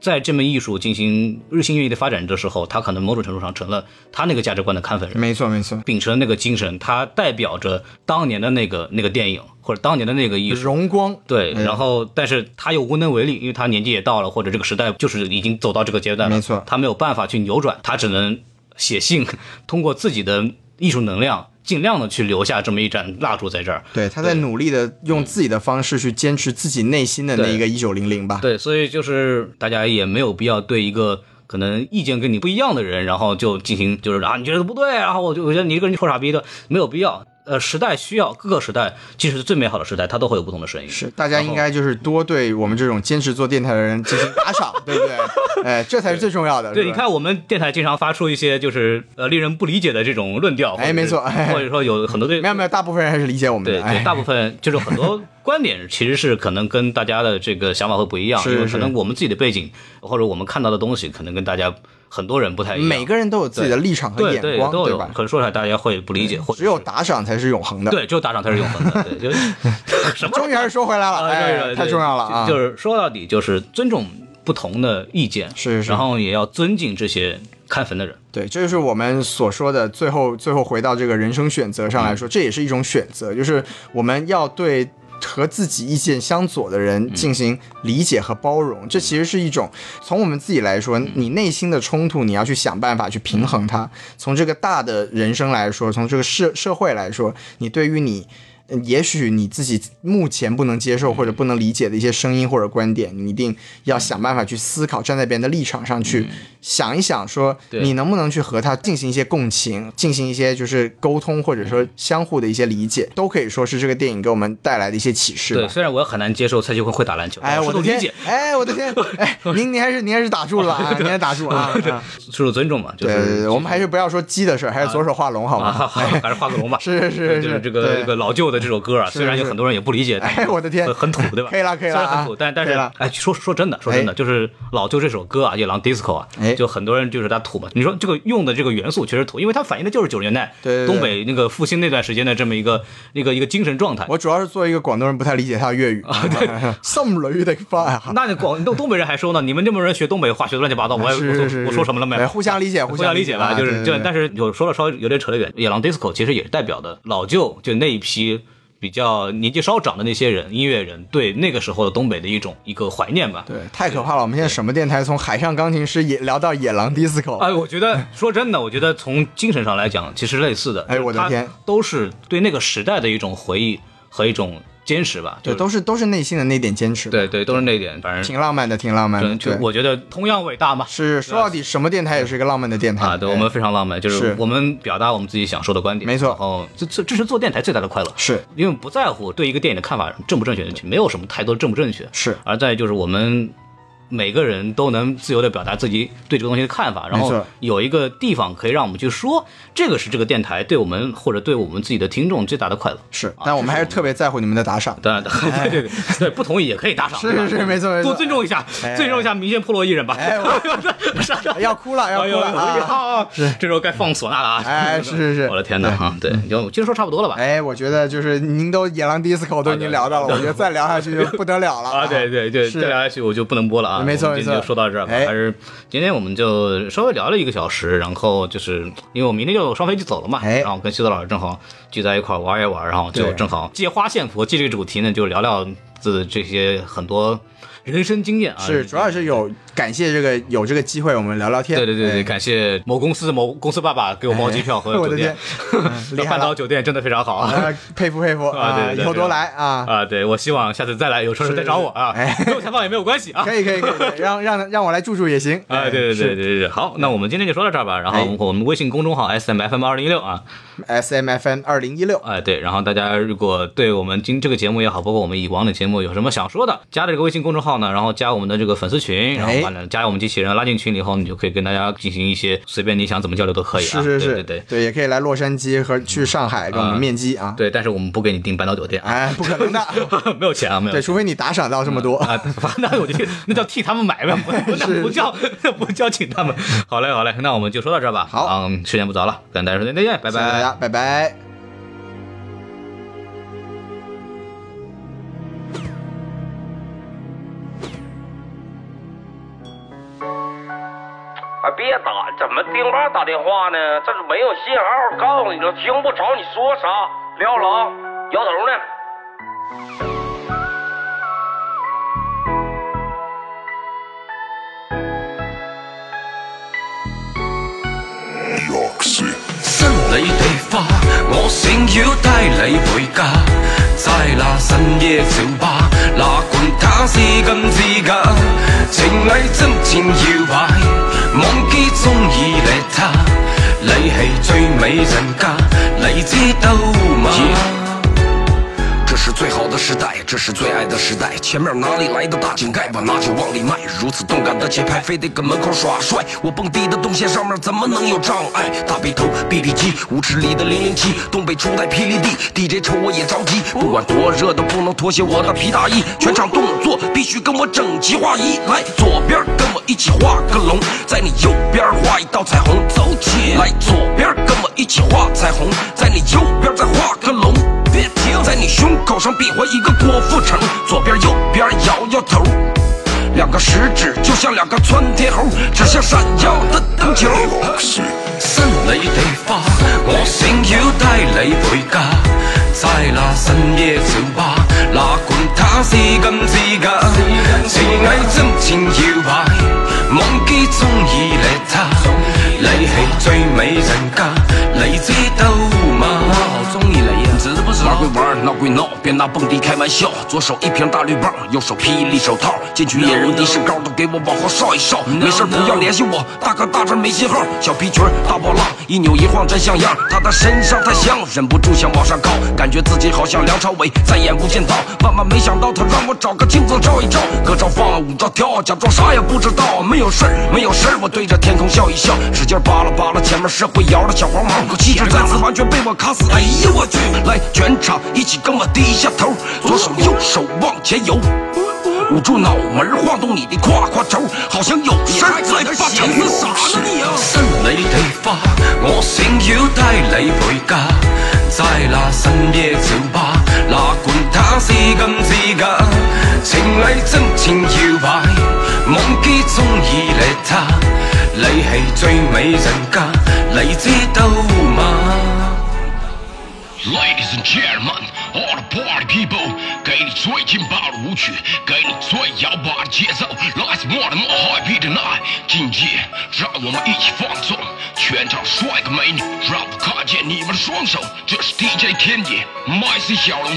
B: 在这门艺术进行日新月异的发展的时候，他可能某种程度上成了他那个价值观的看坟人。
A: 没错没错，
B: 秉承那个精神，它代表着当年的那个那个电影或者当年的那个艺术，
A: 荣光
B: 对，
A: 嗯
B: 然后但是他又无能为力，因为他年纪也到了，或者这个时代就是已经走到这个阶段了，
A: 没错
B: 他没有办法去扭转，他只能写信，通过自己的艺术能量，尽量的去留下这么一盏蜡烛在这儿。
A: 对，他在努力的用自己的方式去坚持自己内心的那一个一九零零吧。
B: 对，所以就是大家也没有必要对一个。可能意见跟你不一样的人，然后就进行就是啊，你觉得不对，然后我就我觉得你这个人臭傻逼的，没有必要。呃，时代需要各个时代，即使是最美好的时代，它都会有不同的声音。
A: 是，大家应该就是多对我们这种坚持做电台的人进行打
B: [laughs]
A: 赏，对不对？哎，这才是最重要的。
B: 对，
A: 是吧
B: 你，看我们电台经常发出一些就是呃令人不理解的这种论调，或者
A: 哎没错
B: 是
A: 哎
B: 或者说有很多对
A: 没有没有，大部分人还是理解我们
B: 对
A: 的。哎
B: 对，，大部分就是很多观点其实是可能跟大家的这个想法会不一样，
A: 是
B: 因为
A: 是
B: 可能我们自己的背景或者我们看到的东西，可能跟大家很多人不太一样。
A: 每个人都有自己的立场和
B: 对
A: 眼
B: 对
A: 光，
B: 都
A: 对
B: 有，
A: 吧？
B: 可能说出来大家会不理解，或者
A: 只有
B: 是
A: 打赏才是永恒的。，
B: [laughs] 对，只有打赏才是永恒的，对，
A: [laughs]
B: 就是什么
A: 终于还是说回来了，
B: 啊对
A: 哎，
B: 对
A: 太重要了啊！
B: 就就是说到底就是尊重不同的意见，
A: 是是是
B: 然后也要尊敬这些看坟的人。
A: 对，这就是我们所说的最后最后回到这个人生选择上来说，这也是一种选择，就是我们要对。和自己意见相左的人进行理解和包容，这其实是一种从我们自己来说，你内心的冲突，你要去想办法去平衡它。从这个大的人生来说，从这个社社会来说，你对于你，呃也许你自己目前不能接受或者不能理解的一些声音或者观点，你一定要想办法去思考，站在别人的立场上去想一想，说
B: 嗯对
A: 你能不能去和他进行一些共情，进行一些就是沟通，或者说
B: 嗯
A: 相互的一些理解，都可以说是这个电影给我们带来的一些启示
B: 对，
A: 吧。
B: 虽然我也很难接受蔡徐坤会打篮球，
A: 哎，
B: 但
A: 我的
B: 是都理
A: 天
B: 解，！
A: 哎，我的
B: [laughs]
A: 天！哎，您您还是您还是打住了啊，您还打住啊！啊
B: 受尊重嘛，就
A: 对对对，
B: 是
A: 我们还是不要说鸡的事儿，还是左手画龙好
B: 啊，
A: 吗？。
B: 还是画个龙
A: [laughs]
B: 吧
A: 是是，
B: 就是是这个
A: 对
B: 这个老旧的这首歌啊，
A: 是
B: 虽然有
A: 是
B: 很多人也不理解，但
A: 哎我的天
B: 很很土，对
A: [laughs]
B: 吧？
A: 可以了可以了
B: 虽然
A: 啊
B: 很土，但但
A: 可以
B: 是
A: 了
B: 哎，说说真的，说真的，
A: 哎
B: 就是老旧这首歌啊，《夜郎 disco》啊
A: 哎，
B: 就很多人就是他土嘛。你说这个用的这个元素确实土，因为它反映的就是九十年代
A: 对对对
B: 东北那个复兴那段时间的这么一个一个一个精神状态。
A: 我主要是作为一个广东人，不太理解他的粤语。[laughs]
B: 啊
A: 对，some 雷的发啊，
B: 那你广东东北人还说呢，你们这么人学东北话学的乱七八糟，我还我
A: 是是是
B: 说我说什么了没
A: 哎
B: 有？
A: 互相理解，
B: 互
A: 相
B: 相
A: 理
B: 理解
A: 吧，
B: 吧，就
A: 对
B: 是就
A: 对
B: 但是有说了稍微有点扯得远，野狼 disco 其实也是代表的老旧，就那一批比较年纪稍长的那些人，音乐人对那个时候的东北的一种一个怀念吧。
A: 对，太可怕了！我们现在什么电台从海上钢琴师也聊到野狼 disco，
B: 哎，我觉得说真的，我觉得从精神上来讲，其实类似的。
A: 哎我的
B: 它
A: 天
B: 都是对那个时代的一种回忆和一种坚持吧。
A: 对，
B: 就
A: 都是都是内心的那点坚持，，
B: 对对，都是那点，反正
A: 挺浪漫的，挺浪漫的，
B: 嗯就
A: 对，
B: 我觉得同样伟大嘛。
A: 是说到底什么电台也是一个浪漫的电台
B: 啊，对，我
A: 哎
B: 们非常浪漫，就是是我们表达我们自己想说的观点，
A: 没错
B: 然后这这这是做电台最大的快乐，
A: 是
B: 因为不在乎对一个电影的看法正不正确，没有什么太多正不正确，
A: 是
B: 而在于就是我们每个人都能自由的表达自己对这个东西的看法，然
A: 没
B: 后
A: 错
B: 有一个地方可以让我们去说，这个是这个电台对我们或者对我们自己的听众最大的快乐。
A: 是，但我们还是特别在乎你们的打赏。
B: 当然， [laughs] 对对对对，不同意也可以打赏，
A: 是
B: 对吧
A: 是是没错没错
B: 多尊重一下，尊重一下民间破落艺人吧。
A: 哎
B: [laughs]
A: 我
B: 是啊
A: 要哭了，要
B: 哎
A: 哭
B: 呦，
A: 了
B: 哎呦
A: 啊！
B: 啊！是，这时候该放唢呐了啊！
A: 哎是是是
B: [laughs]
A: 嗯
B: 我的天哪啊！对，就今儿说差不多了吧？
A: 哎，我觉得就是您都野狼 disco 都已经聊到了，我觉得再聊下去就不得了了
B: [laughs] 啊，对对对，
A: 是
B: 再聊下去我就不能播了啊。
A: 没错
B: 我们今天
A: 没错
B: 就说到这儿吧。
A: 哎
B: 还是今天我们就稍微聊了一个小时，然后就是因为我明天就双飞机走了嘛，
A: 哎
B: 然后跟西子老师正好聚在一块儿玩一玩，然后就
A: 对
B: 正好借花献佛，借这个主题呢，就聊聊自这些很多人生经验啊。
A: 是，主要是有感谢这个有这个机会，我们聊聊天。
B: 对对对对，
A: 哎
B: 感谢某公司某公司爸爸给我包机票和
A: 哎我的
B: 酒店，
A: [laughs] 厉害
B: 半
A: 了
B: 岛酒店真的非常好啊。
A: 啊，佩服佩服
B: 啊对对对
A: 以后多来啊！
B: 啊，对，我希望下次再来，有事儿再找我啊，
A: 是是哎
B: [laughs] 没有采访也没有关系啊。
A: 可以可以可以可以，
B: [laughs]
A: 让让让我来住住也行。
B: 啊，对对对
A: 哎是
B: 对对，好，那我们今天就说到这儿吧。然后
A: 哎
B: 我们微信公众号 S M F M 二零一六啊，
A: ，S M F M 二零一六，
B: 哎对，然后大家如果对我们今这个节目也好，包括我们以往的节目有什么想说的，加的这个微信公众号呢，然后加我们的这个粉丝群，然后
A: 哎
B: 完了加我们机器人拉进群里以后，你就可以跟大家进行一些随便你想怎么交流都可以
A: 是
B: 啊。
A: 是是，
B: 对对对
A: 也可以来洛杉矶和去上海跟我
B: 啊
A: 们面基啊。
B: 对，但是我们不给你订半岛酒店啊， [laughs]
A: 哎，不可能的，
B: 没有钱啊，没有
A: 对，
B: 钱。
A: 除非你打赏到这么多。
B: 啊， [laughs] 那我就替那叫替他们买呗，不
A: [laughs]
B: 那不叫那不叫请他们。好嘞，好嘞，那我们就说到这儿吧。
A: 好
B: 嗯，时间不早了，跟大家说再见，嗯啊拜
A: 谢谢大
B: 拜。
A: 家，拜拜。
C: 啊，别打，怎么丁爸打电话呢？这是没有信号，告诉你了，听不着你说啥。撂了啊，摇头呢。
D: 新理地花，我想要帶你回家。在那深夜酒吧，那管他是金之家，情侶真漸搖擺，忘記中意你他，你係最美人家，你知道嗎
E: 这是最好的时代，这是最爱的时代。前面哪里来的大井盖，我拿酒往里迈。如此动感的节拍，非得跟门口耍帅。我蹦迪的动线上面怎么能有障碍？大背头、BB 机，舞池里的零零七，东北初代霹雳地，DJ 瞅我也着急。不管多热都不能脱下我的皮大衣，全场动作必须跟我整齐划一。来，左边跟我一起画个龙，在你右边画一道彩虹，走起来。左边跟我一起画彩虹，在你右边再画个龙。别停，在你胸口上比划一个郭富城，左边右边摇摇头，两个食指就像两个窜天猴，指向闪耀的灯球。
D: 新理地花，我想要帶你回家。在那深夜酒吧，哪管他是金是假，情侶真情搖擺，忘記中意你他，你係最美人家，你知道嗎？
E: 我好中意你呀，知不知道？玩归玩，闹归闹，别拿蹦迪开玩笑。左手一瓶大绿棒，右手霹雳手套，进去野人的身高都给我往后稍一稍。没事不要联系我，大哥大这没信号。小皮裙儿大波浪，一扭一晃真像样。他的身上太香，忍不住想往上靠，感觉自己好像梁朝伟在演《无间道》。万万没想到他让我找个镜子照一照，歌照放啊舞照跳啊，假装啥也不知道。没有事儿，没有事儿，我对着天空笑一笑，使劲扒拉扒拉前面社会摇的小黄毛，可气质再次完全被我卡死。哎呀，我去！来全场一起跟我低下头，左手右手往前游，捂住脑门晃动你的胯胯轴，好像有事儿在发愁。那啥呢你呀、
D: 新理地花，我想要帶你回家。在那深夜酒吧，哪管他是金是假，情侶真情搖擺，忘記中意你他，你係最美人家，你知道嗎？
F: Ladies and gentlemen, all the party people，给你最劲爆的舞曲，给你最摇摆的节奏，来自我的幕后 happy tonight。今夜让我们一起放纵，全场帅哥美女，让我看见你们的双手。这是 DJ 天野麦 C 小龙，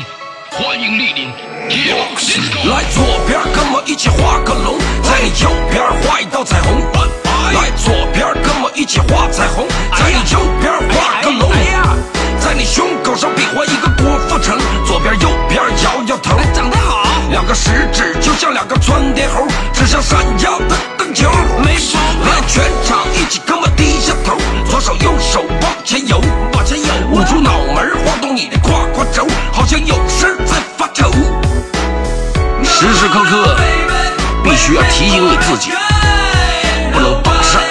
F: 欢迎莅临 Get on Disco。
E: 来左边跟我一起画个龙，在你右边画一道彩虹。来左边跟我一起画彩虹，在你右边画个龙。哎在你胸口上比划一个郭富城，左边右边摇摇头。长得好，两个个食指，就像两个窜天猴，指向闪耀的灯球。没错，来全场一起跟我低下头，左手右手往前游，往前游，捂住脑门儿，晃动你的胯胯轴，好像有事儿在发愁。时时刻刻必须要提醒你自己，不能绑上